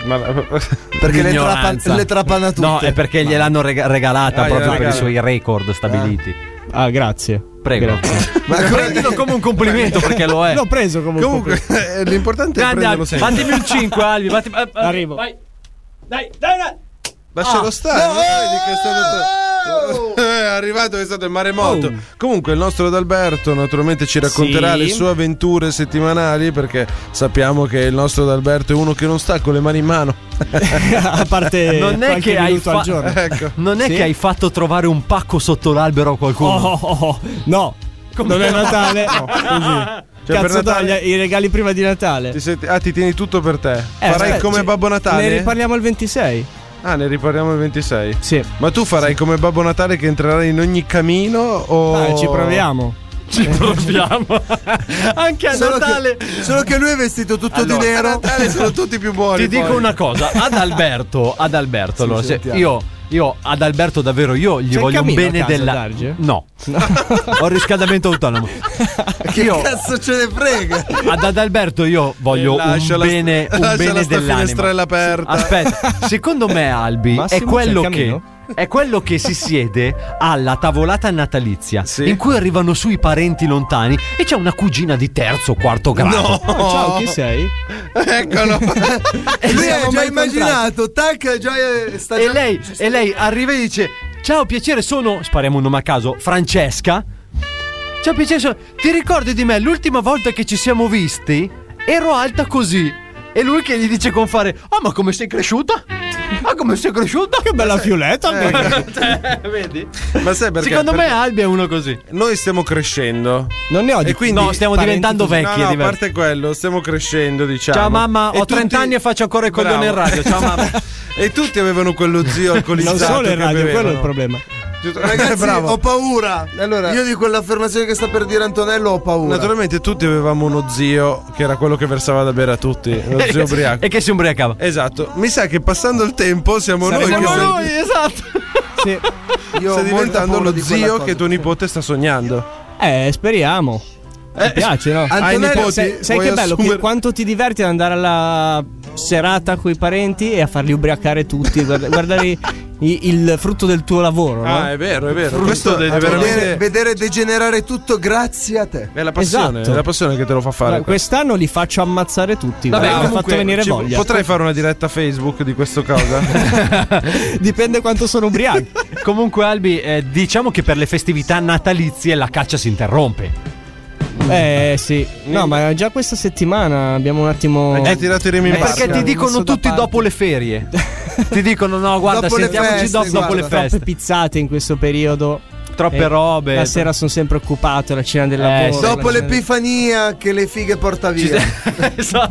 Speaker 5: Perché le, trapa-
Speaker 7: Ignoranza.
Speaker 5: le trapana tutte.
Speaker 7: No, è perché gliel'hanno rega- regalata
Speaker 5: Ah,
Speaker 7: proprio
Speaker 5: gliela
Speaker 7: per i
Speaker 5: regala.
Speaker 7: suoi record stabiliti.
Speaker 23: Ah, grazie.
Speaker 7: Prego.
Speaker 23: Ma
Speaker 7: Prendilo come un complimento perché lo è.
Speaker 23: L'ho preso come un
Speaker 8: Comunque, eh, l'importante è
Speaker 7: Grande
Speaker 8: prenderlo
Speaker 7: Albi,
Speaker 8: sempre.
Speaker 7: battimi un 5 Albi, battimi- eh, eh,
Speaker 23: Arrivo.
Speaker 7: vai.
Speaker 23: Dai, dai, dai.
Speaker 8: Lascialo
Speaker 23: Ah.
Speaker 8: stare,
Speaker 23: No!
Speaker 8: non vedi che è stato- È arrivato è stato il maremoto. Comunque il nostro D'Alberto naturalmente ci racconterà
Speaker 23: Sì.
Speaker 8: le sue avventure settimanali perché sappiamo che il nostro D'Alberto è uno che non sta con le mani in mano.
Speaker 23: A parte
Speaker 7: Non è, che hai, fa-
Speaker 8: Ecco.
Speaker 7: non è
Speaker 23: Sì.
Speaker 7: che hai fatto trovare un pacco sotto l'albero a qualcuno.
Speaker 23: Oh, oh, oh, oh, no. Non è Natale. Così.
Speaker 8: Cioè, per
Speaker 23: Cazzo
Speaker 8: Natale-
Speaker 23: taglia i regali prima di Natale.
Speaker 7: Eh,
Speaker 8: Ti senti- ah, ti tieni tutto per te. Farai
Speaker 23: aspetta,
Speaker 8: come
Speaker 23: cioè,
Speaker 8: Babbo
Speaker 23: Ne
Speaker 8: Natale?
Speaker 23: riparliamo il 26.
Speaker 8: Ah, ne riparliamo il 26.
Speaker 22: Sì.
Speaker 8: Ma tu farai come Babbo Natale che entrerà in ogni camino o.
Speaker 22: Dai, ci proviamo.
Speaker 7: Ci proviamo. Anche a
Speaker 9: Solo
Speaker 7: Natale.
Speaker 9: che- solo che lui è vestito tutto
Speaker 7: Allora,
Speaker 9: di nero.
Speaker 7: a Natale sono
Speaker 9: tutti più buoni.
Speaker 7: Ti dico una cosa, ad Alberto, ad Alberto,
Speaker 9: Sì,
Speaker 7: allora, se
Speaker 9: sentiamo.
Speaker 7: io, io ad Alberto davvero io gli
Speaker 22: C'è il
Speaker 7: voglio un
Speaker 22: camino a
Speaker 7: bene
Speaker 22: casa,
Speaker 7: della
Speaker 22: Darge?
Speaker 7: No. Ho il riscaldamento autonomo.
Speaker 9: Che cazzo ce ne frega?
Speaker 7: Ad Adalberto io voglio
Speaker 8: lascia
Speaker 7: un
Speaker 8: la-
Speaker 7: bene, un
Speaker 8: lascia
Speaker 7: bene
Speaker 8: la sta
Speaker 7: dell'anima.
Speaker 8: finestrella aperta.
Speaker 7: Aspetta, secondo me Albi
Speaker 8: Massimo,
Speaker 7: è quello
Speaker 8: c'è il
Speaker 7: che
Speaker 8: camino?
Speaker 7: è quello che si siede alla tavolata natalizia in cui arrivano su i parenti lontani e c'è una cugina di terzo o quarto grado.
Speaker 22: Ciao, chi sei?
Speaker 9: Eccolo.
Speaker 7: Eh,
Speaker 9: lui ha già immaginato, tac, già eh, sta
Speaker 7: e
Speaker 9: già-
Speaker 7: lei, e lei arriva e dice: Ciao, piacere, sono. Spariamo un nome a caso, Francesca. Ciao, piacere, sono. Ti ricordi di me? L'ultima volta che ci siamo visti, ero alta così. E lui che gli dice con fare: Oh, ma come sei cresciuta? Ma come sei cresciuta? Eh. Che
Speaker 22: bella fioletta!
Speaker 7: vedi?
Speaker 8: Ma sai perché?
Speaker 7: Secondo
Speaker 8: Perché
Speaker 7: me Albi è uno così.
Speaker 8: Noi stiamo crescendo.
Speaker 22: Non ne ho
Speaker 8: E quindi
Speaker 7: No, stiamo
Speaker 8: parenti
Speaker 7: diventando
Speaker 8: così-
Speaker 7: vecchi,
Speaker 8: No,
Speaker 7: è
Speaker 8: no, a
Speaker 7: diverso.
Speaker 8: parte quello, stiamo crescendo, diciamo.
Speaker 7: Ciao, mamma, ho 30 anni e faccio ancora il coglione in radio. Ciao, mamma. Esatto,
Speaker 8: e tutti avevano quello zio alcolizzato.
Speaker 22: Non solo in
Speaker 8: che
Speaker 22: radio,
Speaker 8: bevevano.
Speaker 22: quello è il problema.
Speaker 9: Ragazzi,
Speaker 8: Bravo.
Speaker 9: ho paura.
Speaker 26: Allora-
Speaker 9: Io di quell'affermazione che sta per dire Antonello ho paura.
Speaker 8: Naturalmente tutti avevamo uno zio che era quello che versava da bere a tutti, lo zio ubriaco.
Speaker 7: e che si ubriacava.
Speaker 8: Esatto, mi sa che passando il tempo siamo noi che
Speaker 7: Siamo
Speaker 8: stai-
Speaker 7: noi, esatto.
Speaker 9: Io ho
Speaker 8: stai
Speaker 9: molta
Speaker 8: diventando
Speaker 9: paura
Speaker 8: lo
Speaker 9: di quella
Speaker 8: zio
Speaker 9: cosa.
Speaker 8: che tuo nipote sta sognando.
Speaker 22: Eh, speriamo.
Speaker 7: Eh,
Speaker 22: Ti piace, no?
Speaker 8: Antonello,
Speaker 22: sai, sai
Speaker 8: vuoi
Speaker 22: che bello
Speaker 8: assumere-
Speaker 22: che quanto ti diverti ad andare alla serata coi parenti e a farli ubriacare tutti, guarda- guardare i- i- il frutto del tuo
Speaker 7: eh,
Speaker 22: lavoro, no?
Speaker 8: Ah, è vero, è vero.
Speaker 22: Frutto
Speaker 8: Questo
Speaker 22: del-
Speaker 8: è
Speaker 9: Vedere,
Speaker 8: veramente
Speaker 9: vedere degenerare tutto grazie a te.
Speaker 8: è la passione,
Speaker 22: Esatto.
Speaker 8: è la passione che te lo fa fare.
Speaker 22: Guarda, quest'anno li faccio ammazzare tutti.
Speaker 8: Vabbè,
Speaker 22: Vabbè, mi ha
Speaker 8: comunque,
Speaker 22: fatto venire
Speaker 8: ci-
Speaker 22: voglia.
Speaker 8: Potrei fare una diretta Facebook di questo cosa?
Speaker 22: Dipende quanto sono ubriaco.
Speaker 7: Comunque, Albi, eh, diciamo che per le festività natalizie la caccia si interrompe.
Speaker 22: eh, sì. No, ma già questa settimana abbiamo un attimo.
Speaker 8: Hai già tirato i remi in
Speaker 7: Eh, perché ti dicono tutti dopo le ferie. ti dicono: no, guarda,
Speaker 22: Dopo le
Speaker 7: sentiamoci
Speaker 22: feste,
Speaker 7: dopo, dopo le
Speaker 22: Troppe
Speaker 7: feste.
Speaker 22: pizzate in questo periodo.
Speaker 7: Troppe robe.
Speaker 22: La sera sono sempre occupato, la cena del
Speaker 7: Eh,
Speaker 22: lavoro.
Speaker 7: sì.
Speaker 22: la
Speaker 9: Dopo
Speaker 22: cena-
Speaker 9: l'epifania che le fighe porta via.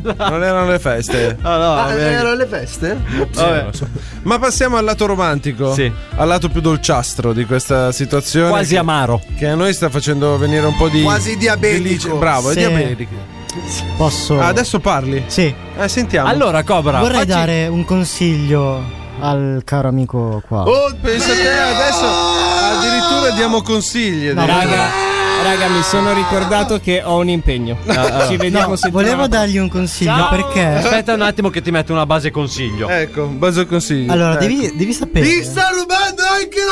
Speaker 8: non erano le feste.
Speaker 9: Ah,
Speaker 8: vabbè.
Speaker 9: erano le feste?
Speaker 8: Vabbè. Ma passiamo al lato romantico.
Speaker 7: Sì.
Speaker 8: Al lato più dolciastro di questa situazione.
Speaker 7: Quasi
Speaker 8: che-
Speaker 7: amaro.
Speaker 8: Che a noi sta facendo venire un po' di.
Speaker 9: Quasi diabetico.
Speaker 8: di lice- bravo, è
Speaker 2: Sì.
Speaker 8: diabetico.
Speaker 2: Posso.
Speaker 8: Ah, adesso parli.
Speaker 2: Sì.
Speaker 8: Eh, sentiamo.
Speaker 7: Allora, Cobra,
Speaker 2: Vorrei
Speaker 7: facci-
Speaker 2: dare eh, un consiglio al caro amico qua.
Speaker 8: Oh, pensa a te, adesso addirittura diamo consigli.
Speaker 2: No,
Speaker 22: Raga, raga, mi sono ricordato che ho un impegno. Ci vediamo
Speaker 2: No,
Speaker 22: settimana
Speaker 2: volevo
Speaker 22: prossima.
Speaker 2: dargli un consiglio
Speaker 7: Ciao.
Speaker 2: perché.
Speaker 7: Aspetta un attimo, che ti metto una base consiglio.
Speaker 8: Ecco, base consigli.
Speaker 2: Allora,
Speaker 8: Ecco.
Speaker 2: devi, devi sapere.
Speaker 9: Mi sta rubando anche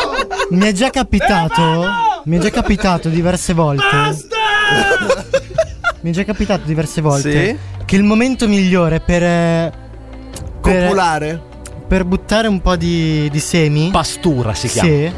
Speaker 9: la base, oddio! Eh,
Speaker 2: Mi è già capitato. Mi è già capitato diverse volte. mi è già capitato diverse volte. Che il momento migliore per. eh, per-
Speaker 9: Copulare,
Speaker 2: per buttare un po' di, di semi.
Speaker 7: Pastura si chiama.
Speaker 2: Sì.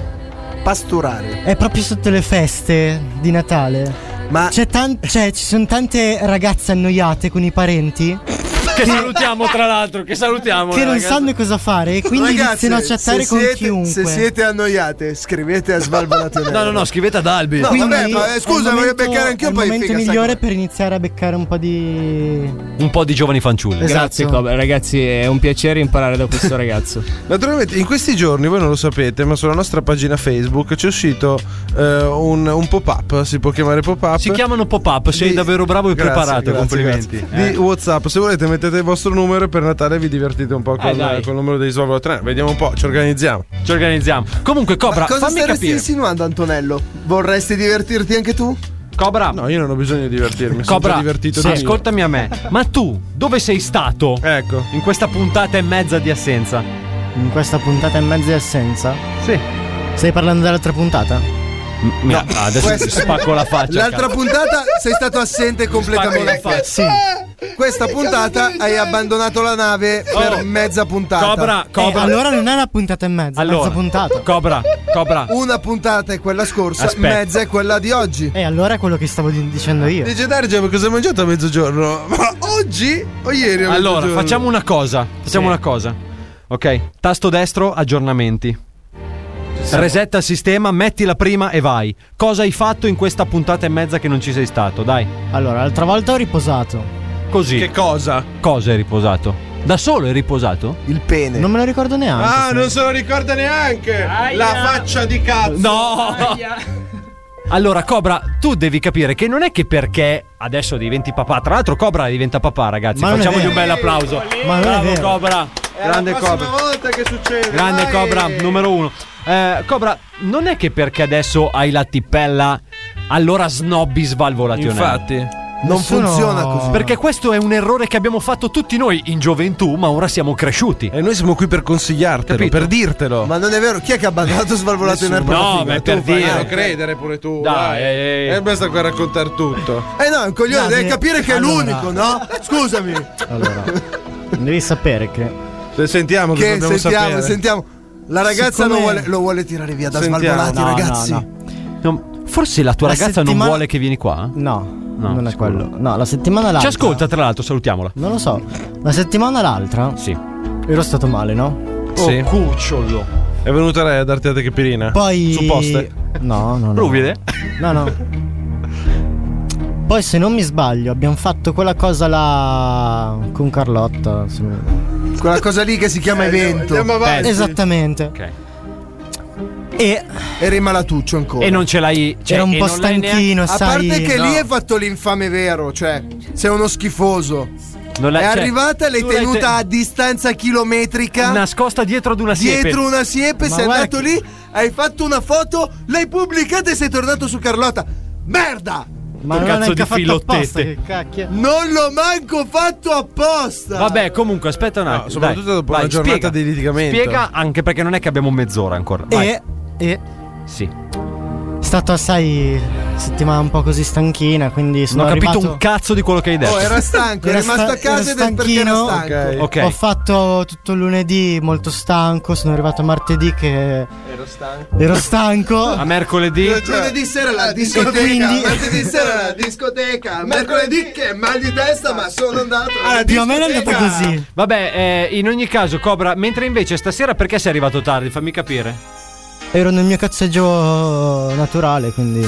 Speaker 9: pasturare.
Speaker 2: È proprio sotto le feste di Natale.
Speaker 9: Ma
Speaker 2: C'è tan- cioè, ci sono tante ragazze annoiate con i parenti
Speaker 7: Che salutiamo, tra l'altro. Che salutiamo.
Speaker 2: che non
Speaker 7: ragazzi.
Speaker 2: sanno cosa fare e quindi
Speaker 9: Ragazzi,
Speaker 2: iniziano a chattare
Speaker 9: se
Speaker 2: con
Speaker 9: siete-
Speaker 2: chiunque.
Speaker 9: Se siete annoiate, scrivete a Svalvolation.
Speaker 7: No, no, no, scrivete ad Albi.
Speaker 9: No,
Speaker 2: Quindi
Speaker 9: vabbè, ma eh,
Speaker 2: è
Speaker 9: scusa,
Speaker 2: il
Speaker 9: voglio
Speaker 2: momento-
Speaker 9: beccare anch'io
Speaker 2: È il
Speaker 9: poi
Speaker 2: momento
Speaker 9: figa, sai
Speaker 2: migliore
Speaker 9: com'è.
Speaker 2: per iniziare a beccare un po' di.
Speaker 7: Un po' di giovani fanciulli.
Speaker 22: Grazie,
Speaker 2: Esatto.
Speaker 22: Cobb. Ragazzi, è un piacere imparare da questo ragazzo.
Speaker 8: Naturalmente, in questi giorni, voi non lo sapete, ma sulla nostra pagina Facebook c'è uscito eh, un, un pop-up. Si può chiamare pop-up.
Speaker 7: Si chiamano pop-up. Sei
Speaker 8: Di-
Speaker 7: davvero bravo e
Speaker 8: Grazie,
Speaker 7: preparato.
Speaker 8: grazie,
Speaker 7: complimenti. eh.
Speaker 8: grazie. Di WhatsApp, se volete, mettete il vostro numero e per Natale vi divertite un
Speaker 7: Eh,
Speaker 8: po' con,
Speaker 22: dai.
Speaker 8: con il numero dei Svalbard 3. Vediamo un po', ci organizziamo.
Speaker 7: Ci organizziamo. Comunque, Cobra,
Speaker 9: Cosa
Speaker 7: Ah, fammi
Speaker 9: stai
Speaker 7: capire.
Speaker 9: insinuando, Antonello? Vorresti divertirti anche tu?
Speaker 7: Cobra.
Speaker 8: No, io non ho bisogno di divertirmi. sono
Speaker 7: Cobra,
Speaker 8: già divertito
Speaker 7: sì,
Speaker 8: di mio.
Speaker 7: ascoltami a me. Ma tu dove sei stato
Speaker 8: Ecco,
Speaker 7: in questa puntata e mezza di assenza?
Speaker 2: In questa puntata e mezza di assenza.
Speaker 7: Sì.
Speaker 2: Stai parlando dell'altra puntata?
Speaker 7: ah, adesso
Speaker 9: Questa-
Speaker 7: ti spacco la faccia.
Speaker 9: L'altra
Speaker 7: cazzo.
Speaker 9: puntata sei stato assente
Speaker 7: Spacco la
Speaker 9: completamente.
Speaker 7: faccia.
Speaker 2: Sì. Eh,
Speaker 9: Questa puntata hai abbandonato la nave per mezza puntata.
Speaker 7: Oh, Cobra, Cobra.
Speaker 2: Eh, allora non è una puntata e mezza, è
Speaker 7: Allora,
Speaker 2: mezza puntata.
Speaker 7: Cobra, Cobra.
Speaker 9: Una puntata è quella scorsa,
Speaker 7: Aspetta.
Speaker 9: mezza è quella di oggi.
Speaker 2: E Eh, allora è quello che stavo di- dicendo
Speaker 9: Eh.
Speaker 2: io.
Speaker 8: dice Darge, ma cosa hai mangiato a mezzogiorno? Ma oggi o ieri? a
Speaker 7: Allora,
Speaker 8: mezzogiorno?
Speaker 7: facciamo una cosa. Facciamo una cosa. Ok, tasto destro, aggiornamenti. Resetta il sistema, metti la prima e vai. Cosa hai fatto in questa puntata e mezza che non ci sei stato? Dai,
Speaker 2: Allora, l'altra volta ho riposato.
Speaker 7: così.
Speaker 8: Che cosa?
Speaker 7: cosa hai riposato? Da solo è riposato?
Speaker 9: Il pene.
Speaker 2: Non me lo ricordo neanche.
Speaker 5: Ah, non se lo ricorda neanche. La faccia di cazzo.
Speaker 7: No. Allora, Cobra, tu devi capire che non è che perché adesso diventi papà. Tra l'altro, Cobra diventa papà, ragazzi.
Speaker 5: Ma non è
Speaker 7: Facciamogli
Speaker 5: vero.
Speaker 7: un bel applauso.
Speaker 5: Ma non è
Speaker 7: Bravo,
Speaker 5: vero.
Speaker 7: Cobra.
Speaker 5: Grande la prossima volta che succede.
Speaker 7: Grande
Speaker 5: dai.
Speaker 7: Cobra, numero uno. Eh, Cobra, non è che perché adesso hai la tippella, allora snobbi svalvolati
Speaker 9: Non funziona così.
Speaker 7: Perché questo è un errore che abbiamo fatto tutti noi in gioventù, ma ora eh, siamo cresciuti.
Speaker 8: E noi siamo qui per consigliartelo, per dirtelo.
Speaker 9: Ma non è vero, chi è che ha bandato svalvolato in erba?
Speaker 7: No, ma è per dire.
Speaker 5: Faglielo credere pure tu.
Speaker 7: Dai, eh, eh.
Speaker 5: E basta qua a raccontare tutto.
Speaker 9: Eh no, è un coglione,
Speaker 5: No,
Speaker 9: devi
Speaker 5: mi-
Speaker 9: capire che
Speaker 5: allora.
Speaker 9: è l'unico, no? Scusami.
Speaker 2: Allora, devi sapere che.
Speaker 8: sentiamo
Speaker 9: che sentiamo, sentiamo. La ragazza
Speaker 2: Siccome-
Speaker 9: lo, vuole, lo vuole tirare via da
Speaker 2: Sentiamo.
Speaker 9: svalvolati,
Speaker 2: No, no,
Speaker 9: ragazzi.
Speaker 2: no.
Speaker 7: No, Forse la tua
Speaker 2: La
Speaker 7: ragazza non
Speaker 2: settimana-
Speaker 7: vuole che vieni qua? eh?
Speaker 2: No,
Speaker 7: No,
Speaker 2: non è
Speaker 7: sicuro.
Speaker 2: quello. No, la settimana l'altra.
Speaker 7: Ci ascolta, tra l'altro, salutiamola.
Speaker 2: Non lo so. La settimana l'altra.
Speaker 7: Sì.
Speaker 2: Ero stato male, no?
Speaker 8: Sì.
Speaker 9: Oh,
Speaker 7: cucciolo.
Speaker 8: È venuta lei a darti la tachipirina?
Speaker 2: Poi.
Speaker 8: Su poste?
Speaker 2: No, no, no.
Speaker 8: Ruvide?
Speaker 2: No, no. Poi se non mi sbaglio abbiamo fatto quella cosa là con Carlotta. se non-
Speaker 9: Quella cosa lì che si chiama evento.
Speaker 5: andiamo avanti.
Speaker 2: Esattamente.
Speaker 7: Ok.
Speaker 2: E
Speaker 9: eri malatuccio ancora.
Speaker 7: E non ce l'hai. Cioè,
Speaker 2: Era un
Speaker 7: e
Speaker 2: po'
Speaker 7: non l'hai neanche-
Speaker 2: stanchino,
Speaker 9: A
Speaker 2: sai.
Speaker 9: parte che
Speaker 2: No.
Speaker 9: lì hai fatto l'infame vero, cioè sei uno schifoso.
Speaker 7: Non l'hai-
Speaker 9: è
Speaker 7: cioè,
Speaker 9: arrivata, l'hai
Speaker 7: tu l'hai
Speaker 9: tenuta
Speaker 7: te-
Speaker 9: a distanza chilometrica.
Speaker 7: Nascosta dietro ad una siepe.
Speaker 9: Dietro una siepe,
Speaker 7: Ma
Speaker 9: sei
Speaker 7: guarda
Speaker 9: andato lì, hai fatto una foto, l'hai pubblicata e sei tornato su Carlotta. Merda!
Speaker 2: Ma non
Speaker 7: Un
Speaker 2: l'ho
Speaker 7: cazzo
Speaker 2: neanche
Speaker 7: di
Speaker 2: fatto
Speaker 7: filottette.
Speaker 2: apposta, che cacchio.
Speaker 9: Non l'ho manco fatto apposta!
Speaker 7: Vabbè, comunque, aspetta un attimo.
Speaker 8: soprattutto
Speaker 7: dai,
Speaker 8: dopo
Speaker 7: vai,
Speaker 8: una giornata
Speaker 7: spiega.
Speaker 8: di litigamento.
Speaker 7: Spiega anche perché non è che abbiamo mezz'ora ancora. Vai.
Speaker 2: E, e
Speaker 7: Sì.
Speaker 2: è stata, sai, settimana un po' così stanchina, quindi sono
Speaker 7: Non ho capito
Speaker 2: arrivato...
Speaker 7: un cazzo di quello che hai detto.
Speaker 9: Oh, era Oh, stanco,
Speaker 2: Era
Speaker 9: è rimasto
Speaker 2: sta-
Speaker 9: a casa ed
Speaker 2: era
Speaker 9: è perché era
Speaker 2: stanchino.
Speaker 9: stanco.
Speaker 7: Ok.
Speaker 2: Ho fatto tutto il lunedì molto stanco, sono arrivato martedì che
Speaker 9: Ero stanco.
Speaker 2: ero stanco.
Speaker 7: A mercoledì.
Speaker 9: Lunedì sera la discoteca,
Speaker 2: quindi-
Speaker 9: martedì sera la discoteca, mercoledì che mal di testa, ma sono andato. alla
Speaker 2: Ah, Più o meno è
Speaker 9: discoteca.
Speaker 2: andata così.
Speaker 7: Vabbè, eh, in ogni caso, Cobra, mentre invece stasera perché sei arrivato tardi? Fammi capire.
Speaker 2: Ero nel mio cazzeggio naturale, quindi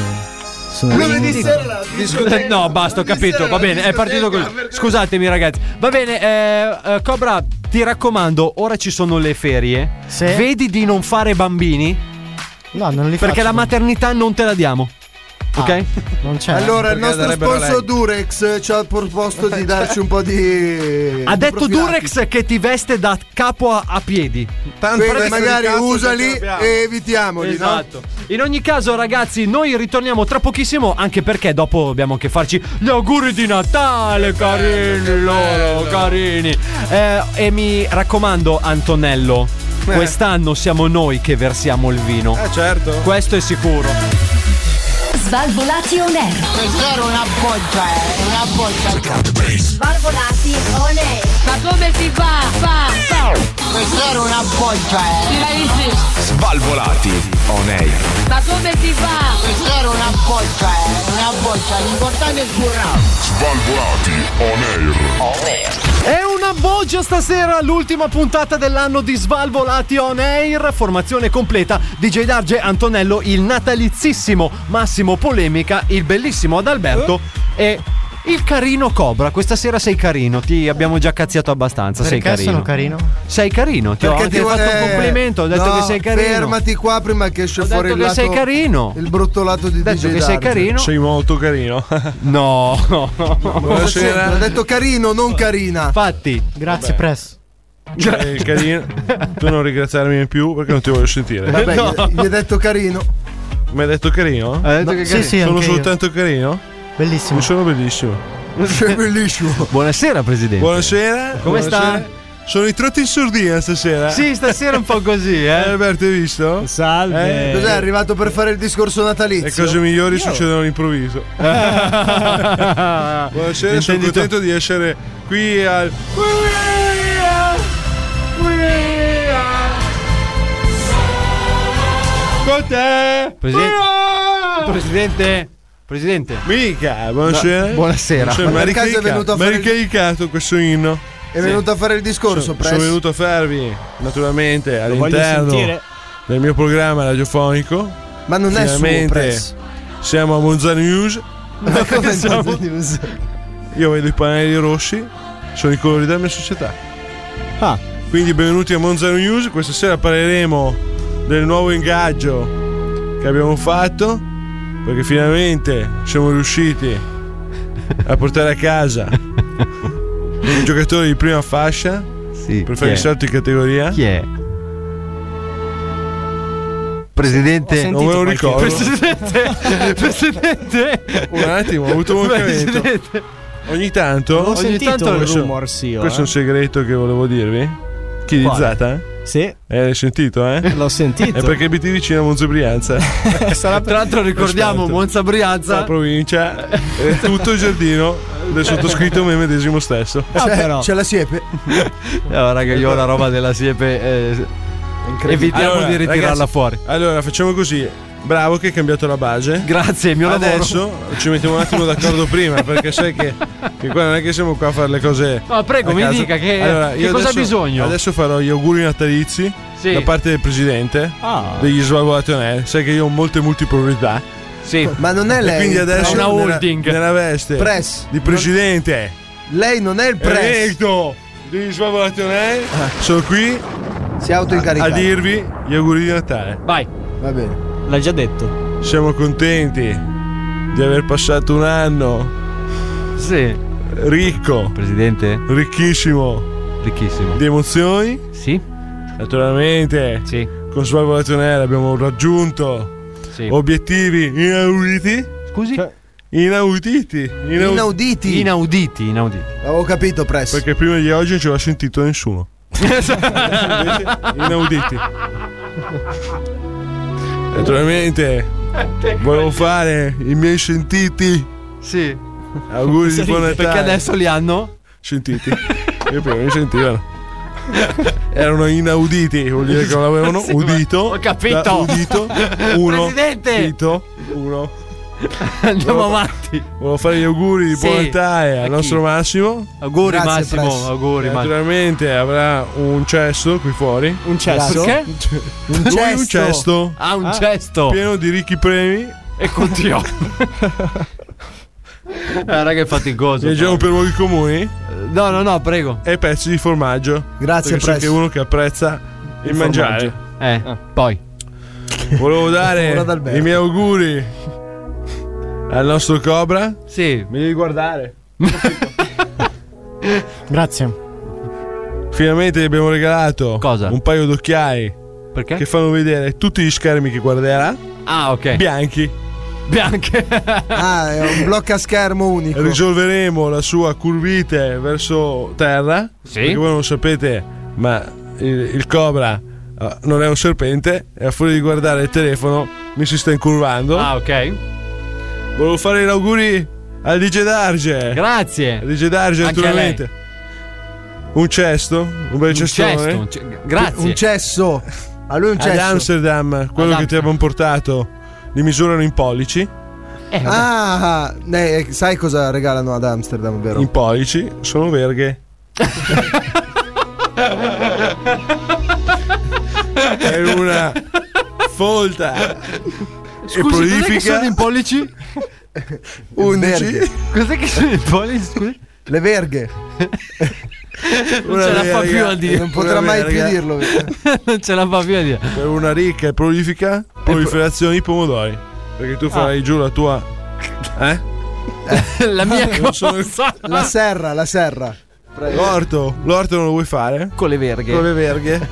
Speaker 2: sono
Speaker 9: Lunedì sera la discoteca.
Speaker 7: No, basta, ho capito. Va bene, è partito così. Scusatemi, ragazzi. Va bene, eh, eh, Cobra, ti raccomando, ora ci sono le ferie.
Speaker 2: Sì.
Speaker 7: Vedi di non fare bambini,
Speaker 2: No, non li
Speaker 7: perché
Speaker 2: faccio.
Speaker 7: la
Speaker 2: Ah,
Speaker 7: maternità non te la diamo. Ok?
Speaker 2: Non c'è.
Speaker 9: Allora, il
Speaker 8: Perché
Speaker 9: nostro
Speaker 8: darebbero
Speaker 9: sponsor
Speaker 8: lei.
Speaker 9: Durex ci ha proposto di darci un po' di.
Speaker 7: Ha detto
Speaker 9: di profilassi.
Speaker 7: Durex che ti veste da capo a, a piedi.
Speaker 5: Tanto
Speaker 9: Quindi
Speaker 5: prezzo di
Speaker 9: magari
Speaker 5: cazzo
Speaker 9: usali
Speaker 5: che ce l'abbiamo.
Speaker 9: e evitiamoli,
Speaker 7: Esatto. In ogni caso, ragazzi, noi ritorniamo tra pochissimo, anche perché dopo dobbiamo anche farci gli auguri di Natale, carini loro, carini. Eh, e mi raccomando, Antonello, quest'anno siamo noi che versiamo il vino.
Speaker 8: Eh, certo.
Speaker 7: Questo è sicuro.
Speaker 6: Svalvolati on air.
Speaker 12: Questa era una boccia, eh. Una boccia.
Speaker 6: Svalvolati on air.
Speaker 12: Ma come si fa? Fa, fa. Questa era una boccia, eh.
Speaker 11: Svalvolati on air.
Speaker 12: Ma come si fa? Questa era una boccia, eh. Una boccia. L'importante è sburrare.
Speaker 1: Svalvolati on air.
Speaker 7: È una boggia stasera, l'ultima puntata dell'anno di Svalvolati on Air. Formazione completa: DJ Darge, Antonello, il natalizissimo Massimo Polemica, il bellissimo Adalberto e. Il carino Cobra, questa sera sei carino, ti abbiamo già cazziato abbastanza, sei
Speaker 2: Perché
Speaker 7: carino.
Speaker 2: sono carino?
Speaker 7: Sei carino, ti ho
Speaker 9: Perché
Speaker 7: anche
Speaker 9: ti
Speaker 7: fatto
Speaker 9: vuole-
Speaker 7: un complimento, ho detto
Speaker 9: No,
Speaker 7: che sei carino.
Speaker 9: Fermati qua prima che esce
Speaker 7: Ho
Speaker 9: fuori
Speaker 7: detto
Speaker 9: il
Speaker 7: che
Speaker 9: lato
Speaker 7: sei carino.
Speaker 9: Il brutto lato di
Speaker 7: Ho detto
Speaker 9: DJ
Speaker 7: che sei
Speaker 9: Darge.
Speaker 7: carino.
Speaker 8: Sei molto carino.
Speaker 7: No, no,
Speaker 9: Cosa
Speaker 8: Buonasera.
Speaker 9: c'entra? Ho detto carino, non carina.
Speaker 7: Infatti,
Speaker 2: Grazie, Press.
Speaker 8: Eh, carino. Tu non ringraziarmi più perché non ti voglio sentire.
Speaker 9: Vabbè, gli- gli ho detto carino.
Speaker 8: Mi hai detto carino?
Speaker 7: hai
Speaker 9: No,
Speaker 7: detto Eh, che
Speaker 2: sì,
Speaker 7: carino.
Speaker 2: sì.
Speaker 8: sono
Speaker 2: anche io.
Speaker 8: soltanto carino?
Speaker 2: Bellissimo.
Speaker 8: Non sono bellissimo.
Speaker 9: Sei bellissimo.
Speaker 7: Buonasera, presidente.
Speaker 8: Buonasera.
Speaker 7: Come sta?
Speaker 8: buonasera. Sono entrato in sordina stasera.
Speaker 7: Sì, stasera un po' così,
Speaker 8: Eh,
Speaker 7: eh.
Speaker 8: Alberto, hai visto?
Speaker 4: Eh,
Speaker 23: Salve.
Speaker 9: Cos'è arrivato per fare il discorso
Speaker 8: Le
Speaker 9: natalizio?
Speaker 8: cose migliori succedono all'improvviso. Buonasera, sono
Speaker 7: Intendi tu-
Speaker 8: contento di essere qui al. Con te!
Speaker 7: Presidente. Presidente. Presidente.
Speaker 8: Mica, buonasera.
Speaker 7: buonasera.
Speaker 8: Cioè,
Speaker 9: Ma
Speaker 8: ma
Speaker 9: per caso è
Speaker 8: ricarica-
Speaker 9: venuto a
Speaker 8: ma
Speaker 9: fare il-
Speaker 8: ricaricato questo inno.
Speaker 9: È venuto a fare il discorso, Press.
Speaker 8: Sono venuto a farvi, naturalmente,
Speaker 23: voglio
Speaker 8: all'interno
Speaker 23: sentire.
Speaker 8: del mio programma radiofonico.
Speaker 9: Ma non è suo
Speaker 8: Finalmente
Speaker 9: Press.
Speaker 8: siamo a Monzano News.
Speaker 9: Ma come News?
Speaker 8: Io vedo i pannelli rossi, sono i colori della mia società.
Speaker 23: Ah.
Speaker 8: Quindi benvenuti a Monzano News. Questa sera parleremo del nuovo ingaggio che abbiamo fatto. Perché finalmente siamo riusciti a portare a casa un giocatore di prima fascia. per fare
Speaker 4: chi è?
Speaker 8: i salto in categoria.
Speaker 4: Chi è? Presidente,
Speaker 8: Non me lo ricordo.
Speaker 4: Presidente, presidente.
Speaker 8: Un attimo, ho avuto un momento. Ogni tanto,
Speaker 4: Ho sentito
Speaker 8: tanto
Speaker 4: un
Speaker 8: questo-
Speaker 4: rumor, sì, io,
Speaker 8: Questo
Speaker 4: eh.
Speaker 8: è un segreto che volevo dirvi. Chi di
Speaker 4: Quale?
Speaker 8: Zata?
Speaker 23: Sì.
Speaker 8: Eh, l'hai sentito, eh?
Speaker 23: L'ho sentito.
Speaker 8: È perché abiti vicino a Monza Brianza.
Speaker 4: Tra l'altro ricordiamo
Speaker 8: Aspetta.
Speaker 4: Monza
Speaker 8: La
Speaker 4: Brianza.
Speaker 8: provincia, eh, tutto il giardino del sottoscritto me medesimo stesso.
Speaker 4: C'è- però. c'è
Speaker 8: la siepe.
Speaker 4: Oh, raga, io la roba della siepe eh, evitiamo di ritirarla
Speaker 8: ragazzi,
Speaker 4: fuori.
Speaker 8: Allora, facciamo così. Bravo che hai cambiato la base.
Speaker 4: Grazie, il mio lavoro.
Speaker 8: Adesso ci mettiamo un attimo d'accordo prima, perché sai che, che qua non è che siamo qua a fare le cose.
Speaker 4: No, prego,
Speaker 8: a
Speaker 4: mi
Speaker 8: caso.
Speaker 4: dica che- che
Speaker 8: io
Speaker 4: cosa ha
Speaker 8: adesso-
Speaker 4: bisogno?
Speaker 8: Adesso farò gli auguri natalizi
Speaker 4: Sì.
Speaker 8: da parte del presidente
Speaker 4: Ah.
Speaker 8: degli Svalvolati On Air. Sai che io ho molte multipriorità.
Speaker 4: Sì.
Speaker 9: Ma non è
Speaker 8: E
Speaker 9: lei.
Speaker 8: quindi adesso
Speaker 9: Una
Speaker 8: nella-
Speaker 9: holding.
Speaker 8: Nella, veste
Speaker 9: Press.
Speaker 8: di presidente.
Speaker 9: Lei non è il press. Ah.
Speaker 8: Eletto degli Svalvolati On Air. Sono qui
Speaker 9: Si è
Speaker 8: a,
Speaker 9: autoincaricato.
Speaker 8: a dirvi gli auguri di Natale.
Speaker 4: Vai.
Speaker 9: Va bene.
Speaker 23: L'ha già detto.
Speaker 8: Siamo contenti di aver passato un anno.
Speaker 4: Sì.
Speaker 8: Ricco.
Speaker 4: Presidente?
Speaker 8: Ricchissimo.
Speaker 4: Ricchissimo.
Speaker 8: Di emozioni.
Speaker 4: Sì.
Speaker 8: Naturalmente.
Speaker 4: Sì.
Speaker 8: Con Svalvolazione abbiamo raggiunto
Speaker 4: Sì.
Speaker 8: obiettivi inauditi.
Speaker 4: Scusi?
Speaker 8: Inauditi. Inau-
Speaker 9: Inauditi.
Speaker 4: Inauditi, inauditi.
Speaker 9: Avevo capito, press.
Speaker 8: Perché prima di oggi non ci aveva sentito nessuno. Inauditi. Naturalmente
Speaker 4: Eh,
Speaker 8: volevo fare i miei sentiti.
Speaker 4: Sì.
Speaker 8: Auguri di
Speaker 4: Sì,
Speaker 8: buon Natale.
Speaker 4: perché adesso li hanno?
Speaker 8: Sentiti. Io prima mi sentivano. Erano inauditi, vuol dire che non avevano
Speaker 4: Sì, ma-
Speaker 8: udito.
Speaker 4: Ho capito.
Speaker 8: da udito. Uno.
Speaker 4: Presidente!
Speaker 8: Udito. Uno.
Speaker 4: Andiamo
Speaker 8: Volevo-
Speaker 4: avanti.
Speaker 8: Volevo fare gli auguri di
Speaker 4: Sì.
Speaker 8: buon Natale
Speaker 4: A
Speaker 8: al
Speaker 4: chi?
Speaker 8: nostro Massimo.
Speaker 4: Auguri, Grazie, Massimo, Press. auguri, Massimo.
Speaker 8: Naturalmente avrà un cesto qui fuori.
Speaker 23: Un cesto?
Speaker 4: Perché?
Speaker 8: Un
Speaker 4: Lui
Speaker 8: cesto. Un cesto.
Speaker 4: Ah, un cesto.
Speaker 8: Pieno di ricchi premi.
Speaker 4: E continuo. eh, raga, è faticoso.
Speaker 8: Viaggiamo
Speaker 4: però.
Speaker 8: per luoghi comuni.
Speaker 4: No, no, no, prego.
Speaker 8: E pezzi di formaggio.
Speaker 9: Grazie,
Speaker 8: Perché so
Speaker 9: Press.
Speaker 8: che è uno che apprezza il,
Speaker 4: Il
Speaker 8: mangiare.
Speaker 4: Eh,
Speaker 23: Ah.
Speaker 4: poi.
Speaker 8: Volevo
Speaker 9: Ora
Speaker 8: dare
Speaker 9: ad Alberto.
Speaker 8: i miei auguri al nostro Cobra.
Speaker 4: Sì.
Speaker 8: Mi devi guardare.
Speaker 2: Grazie.
Speaker 8: Finalmente gli abbiamo regalato
Speaker 4: Cosa?
Speaker 8: un paio d'occhiali
Speaker 4: Perché?
Speaker 8: che fanno vedere tutti gli schermi che guarderà
Speaker 4: Ah, ok.
Speaker 8: bianchi.
Speaker 4: Bianche.
Speaker 9: Ah, è un blocca schermo unico.
Speaker 8: Risolveremo la sua curvite verso terra.
Speaker 4: Sì.
Speaker 8: Perché voi non sapete, ma il, il Cobra eh, non è un serpente e a furia di guardare il telefono mi si sta incurvando.
Speaker 4: Ah, ok.
Speaker 8: Volevo fare gli auguri al DJ Darge.
Speaker 23: Eh,
Speaker 4: Grazie.
Speaker 8: DJ Darge,
Speaker 4: Anche a lei.
Speaker 8: naturalmente. Un cesto, un bel cestone.
Speaker 4: cesto, un ce- grazie.
Speaker 9: Un cesso. A lui un
Speaker 8: Ad
Speaker 9: cesso.
Speaker 8: Amsterdam, quello
Speaker 9: Ad
Speaker 8: che ti abbiamo portato, li misurano in pollici.
Speaker 9: Ah, eh, sai cosa regalano ad Amsterdam, vero?
Speaker 8: In pollici sono verghe. è una folta e
Speaker 4: Scusi, cos'è che
Speaker 8: prolifica.
Speaker 4: sono in pollici?
Speaker 9: 11.
Speaker 4: Cos'è che sono in pollici? Scusi.
Speaker 9: Le verghe.
Speaker 4: Non ce la fa più a dire.
Speaker 9: Non potrà mai più dirlo.
Speaker 4: non ce la fa più a dire.
Speaker 8: Per una ricca e prolifica proliferazione di pomodori. Perché
Speaker 9: Ah.
Speaker 8: tu farai giù la tua. Eh?
Speaker 4: La mia
Speaker 8: Non sono-
Speaker 4: cosa.
Speaker 9: La serra, la serra.
Speaker 8: L'orto, l'orto non lo vuoi fare?
Speaker 4: Con le verghe.
Speaker 8: Con le verghe.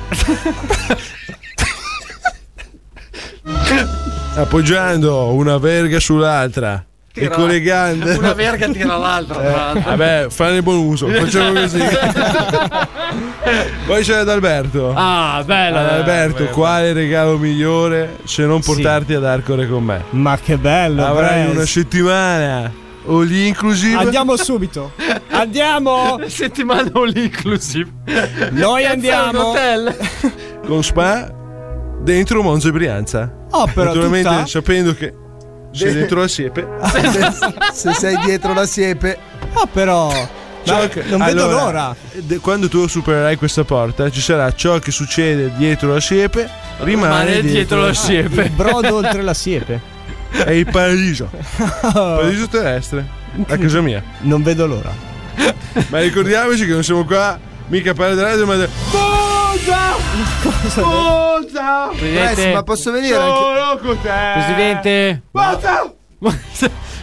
Speaker 8: Appoggiando una verga sull'altra e
Speaker 4: Tira-
Speaker 8: collegando.
Speaker 4: Una verga tira l'altra. tra l'altro.
Speaker 8: Vabbè, fanno buon uso, facciamo così. Poi c'è ad Alberto.
Speaker 4: Ah, bella.
Speaker 8: Ad Alberto, quale regalo migliore se non portarti ad Arcore con me?
Speaker 23: Ma che bello.
Speaker 8: Avrai
Speaker 23: Bres.
Speaker 8: una settimana o gli inclusive.
Speaker 23: Andiamo subito. Andiamo.
Speaker 4: Settimana all inclusive.
Speaker 23: Noi
Speaker 4: Piazza
Speaker 23: andiamo.
Speaker 4: Hotel.
Speaker 8: con spa dentro Monza e Brianza.
Speaker 23: Oh, però
Speaker 8: Naturalmente
Speaker 23: tutta?
Speaker 8: sapendo che sei dentro la siepe.
Speaker 9: Se sei dietro la siepe.
Speaker 23: Ah, però.
Speaker 8: Ciò
Speaker 23: Ma
Speaker 8: che-
Speaker 5: Cioè,
Speaker 23: non vedo
Speaker 8: allora,
Speaker 23: l'ora.
Speaker 8: de- Quando tu supererai questa porta ci sarà ciò che succede dietro la siepe, rimane
Speaker 4: Mare
Speaker 8: dietro,
Speaker 4: dietro lo siepe.
Speaker 23: Brodo oltre la siepe.
Speaker 8: È il paradiso. paradiso terrestre. A casa mia.
Speaker 23: Non vedo l'ora.
Speaker 8: Ma ricordiamoci che non siamo qua mica parla della radio, ma.
Speaker 5: Cosa? Cosa?
Speaker 9: Presidente,
Speaker 5: ma posso venire?
Speaker 9: sono
Speaker 5: anche... con te.
Speaker 7: Presidente.
Speaker 5: Basta.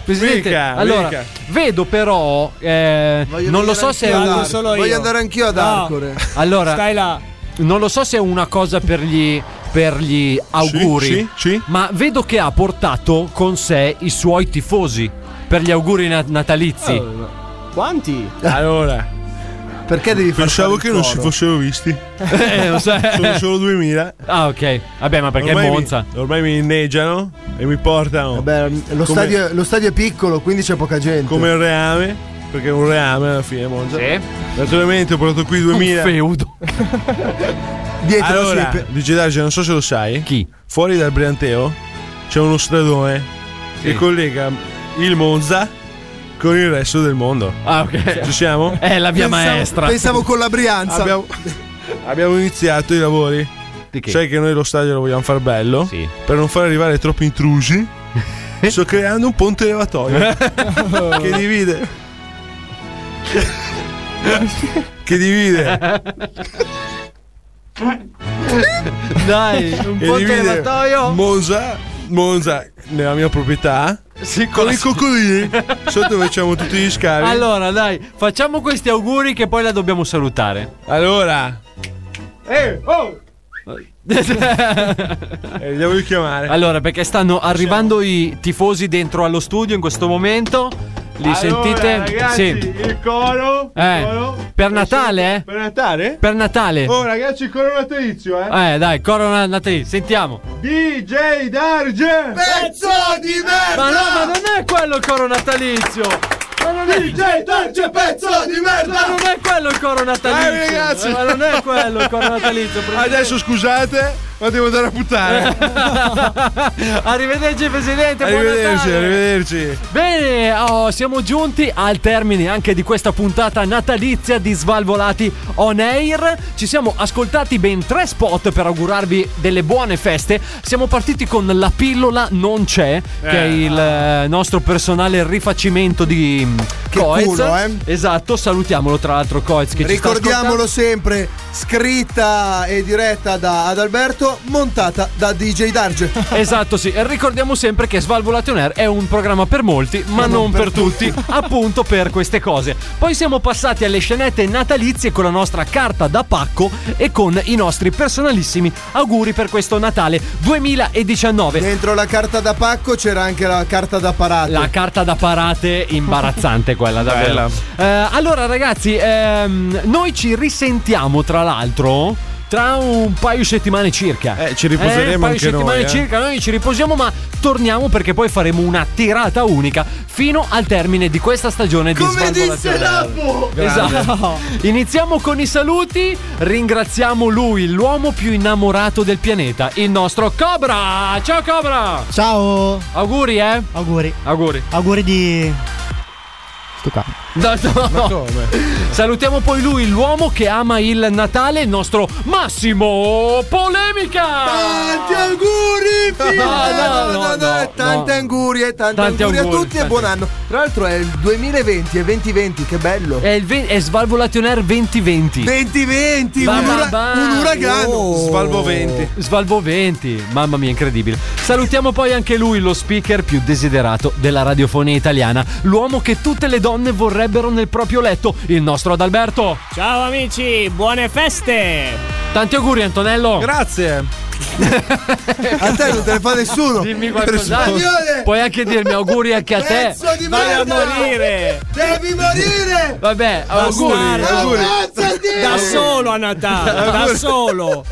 Speaker 7: Presidente,
Speaker 5: Mica,
Speaker 7: allora,
Speaker 5: mica.
Speaker 7: vedo però, eh,
Speaker 9: Voglio
Speaker 7: non lo
Speaker 9: venire
Speaker 7: so se è
Speaker 9: anch'io ad
Speaker 7: un-
Speaker 9: Arcore. Voglio andare anch'io ad
Speaker 7: No.
Speaker 9: Arcore.
Speaker 7: Allora,
Speaker 9: Stai là.
Speaker 7: Non lo so se è una cosa per gli, per gli auguri,
Speaker 8: sì,
Speaker 7: ma vedo che ha portato con sé i suoi tifosi per gli auguri na- natalizi.
Speaker 23: Quanti?
Speaker 8: Allora.
Speaker 9: Perché devi
Speaker 7: far
Speaker 8: Pensavo
Speaker 7: fare
Speaker 8: che
Speaker 7: il
Speaker 8: non
Speaker 7: coro?
Speaker 8: si fossero visti.
Speaker 7: Eh, lo so.
Speaker 8: Sono solo 2000.
Speaker 7: Ah, ok. Vabbè, ma perché
Speaker 8: ormai
Speaker 7: è Monza?
Speaker 8: Mi, ormai mi inneggiano e mi portano.
Speaker 9: Vabbè, Lo stadio, lo stadio è piccolo, quindi c'è poca gente.
Speaker 8: come un reame, perché è un reame alla fine, Monza.
Speaker 9: Sì.
Speaker 8: Naturalmente ho portato qui 2000.
Speaker 9: Un
Speaker 7: feudo.
Speaker 9: Dietro
Speaker 8: allora,
Speaker 9: sì, pe-
Speaker 8: DJ Darge, non so se lo sai.
Speaker 7: Chi?
Speaker 8: Fuori dal Brianteo c'è uno stradone che collega il Monza con il resto del mondo.
Speaker 7: Ah, ok.
Speaker 8: Ci siamo?
Speaker 7: È la via
Speaker 9: Pensavo- maestra. pensavo con la Brianza.
Speaker 8: Abbiamo, abbiamo iniziato i lavori.
Speaker 7: che?
Speaker 8: Sai che noi lo stadio lo vogliamo far bello. Per non far arrivare troppi intrusi, sto creando un ponte elevatoio che divide. che divide.
Speaker 7: Dai, un
Speaker 8: E
Speaker 7: ponte
Speaker 8: divide
Speaker 7: elevatoio.
Speaker 8: Monza, Monza nella mia proprietà. con i coccodrilli sotto facciamo tutti gli scavi.
Speaker 7: Allora, dai, facciamo questi auguri che poi la dobbiamo salutare.
Speaker 8: Allora.
Speaker 5: Eh, oh.
Speaker 8: Eh, li devo richiamare.
Speaker 7: Allora, perché stanno arrivando i tifosi dentro allo studio in questo momento. Li
Speaker 5: Allora,
Speaker 7: sentite?
Speaker 5: Ragazzi,
Speaker 7: sì.
Speaker 5: il coro. il
Speaker 7: Eh,
Speaker 5: coro.
Speaker 7: per Natale, eh?
Speaker 5: Per Natale?
Speaker 7: Per Natale.
Speaker 5: Oh, ragazzi, il coro natalizio, eh?
Speaker 7: Eh, dai, corona Natale, sentiamo.
Speaker 5: DJ Darge! Pezzo di merda!
Speaker 7: Ma no, ma non è quello il coro natalizio! Ma non è...
Speaker 5: DJ Darge, pezzo di merda!
Speaker 7: Ma non è quello il coro natalizio!
Speaker 8: Dai, ragazzi.
Speaker 7: Ma non è quello il coro natalizio!
Speaker 8: Adesso scusate, ma devo andare a
Speaker 7: Eh,
Speaker 8: puttare.
Speaker 7: Arrivederci Presidente, buon
Speaker 8: Arrivederci,
Speaker 7: Natale.
Speaker 8: arrivederci.
Speaker 7: Bene, oh, siamo giunti al termine anche di questa puntata natalizia di Svalvolati On Air. Ci siamo ascoltati ben tre spot per augurarvi delle buone feste. Siamo partiti con La pillola non c'è, che è il eh, nostro personale rifacimento di mm, Coez.
Speaker 9: culo, eh.
Speaker 7: Esatto, salutiamolo tra l'altro Coez che ci sta
Speaker 9: Ricordiamolo sempre, scritta e diretta da Adalberto, montata da DJ Darge.
Speaker 7: Esatto, sì. E ricordiamo sempre che Svalvolati On Air è un programma per molti, ma non, per, tutti, appunto per queste cose. Poi siamo passati alle scenette natalizie con la nostra carta da pacco e con i nostri personalissimi auguri per questo Natale 2019.
Speaker 9: Dentro la carta da pacco c'era anche la carta da parate.
Speaker 7: La carta da parate imbarazzante quella, davvero. Eh, allora, ragazzi, ehm, noi ci risentiamo, tra l'altro, tra un paio di settimane circa.
Speaker 8: Eh, ci riposeremo
Speaker 7: un paio di
Speaker 8: anche noi,
Speaker 7: settimane
Speaker 8: eh.
Speaker 7: circa, noi ci riposiamo, ma torniamo perché poi faremo una tirata unica fino al termine di questa stagione di
Speaker 5: Come disse
Speaker 7: Svalvolazione.
Speaker 5: Lapo!
Speaker 7: Esatto. Iniziamo con i saluti. Ringraziamo lui, l'uomo più innamorato del pianeta, il nostro Cobra. Ciao Cobra!
Speaker 2: Ciao.
Speaker 7: Auguri, eh?
Speaker 2: Auguri.
Speaker 7: Auguri.
Speaker 2: Auguri di. Sto qua.
Speaker 7: No, no, no. Salutiamo poi lui, l'uomo che ama il Natale, il nostro Massimo Polemica. Ah,
Speaker 9: Tanti auguri! figa!
Speaker 7: No, no, no, no, no.
Speaker 9: tanti auguri e tanti,
Speaker 7: Tanti
Speaker 9: auguri,
Speaker 7: auguri,
Speaker 9: a tutti
Speaker 7: tanti
Speaker 9: e buon anno. Tra l'altro è il 2020 e 2020, che bello.
Speaker 7: È, il ve- è Svalvolation Air 2020.
Speaker 9: 2020,
Speaker 7: Ba-
Speaker 9: un,
Speaker 7: ba-
Speaker 9: ura-
Speaker 7: ba.
Speaker 9: un uragano.
Speaker 7: Oh.
Speaker 8: Svalvo 20.
Speaker 7: Svalvo 20, mamma mia, incredibile. Salutiamo poi anche lui, lo speaker più desiderato della radiofonia italiana, l'uomo che tutte le donne vorrebbero nel proprio letto, il nostro Adalberto.
Speaker 22: Ciao amici, buone feste!
Speaker 7: Tanti auguri Antonello.
Speaker 8: Grazie.
Speaker 9: A te non te ne fa nessuno.
Speaker 7: Dimmi qualcos'altro.
Speaker 9: Spagnole!
Speaker 7: Puoi anche dirmi auguri anche a te.
Speaker 9: Pezzo di
Speaker 22: Vai a
Speaker 9: merda!
Speaker 22: morire!
Speaker 9: Devi morire!
Speaker 7: Vabbè, auguri,
Speaker 22: Bastardo!
Speaker 7: auguri.
Speaker 9: Ammazzati!
Speaker 22: Da solo a Natale, da
Speaker 7: Auguri.
Speaker 22: solo!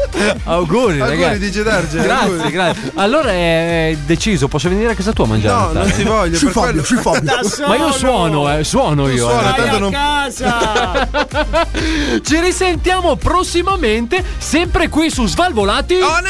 Speaker 7: Auguri,
Speaker 22: Auguri,
Speaker 7: ragazzi.
Speaker 22: DJ Darge,
Speaker 7: Grazie,
Speaker 22: auguri.
Speaker 7: grazie. Allora è deciso, posso venire a casa tua a mangiare? a
Speaker 22: No,
Speaker 7: Natale?
Speaker 22: non ti
Speaker 9: voglio, Sui per Fabio, quello- sui Fabio. Da
Speaker 7: Ma io suono, eh, suono io. eh.
Speaker 22: Vai a casa!
Speaker 7: Ci risentiamo prossimamente, sempre qui su Svalvolati.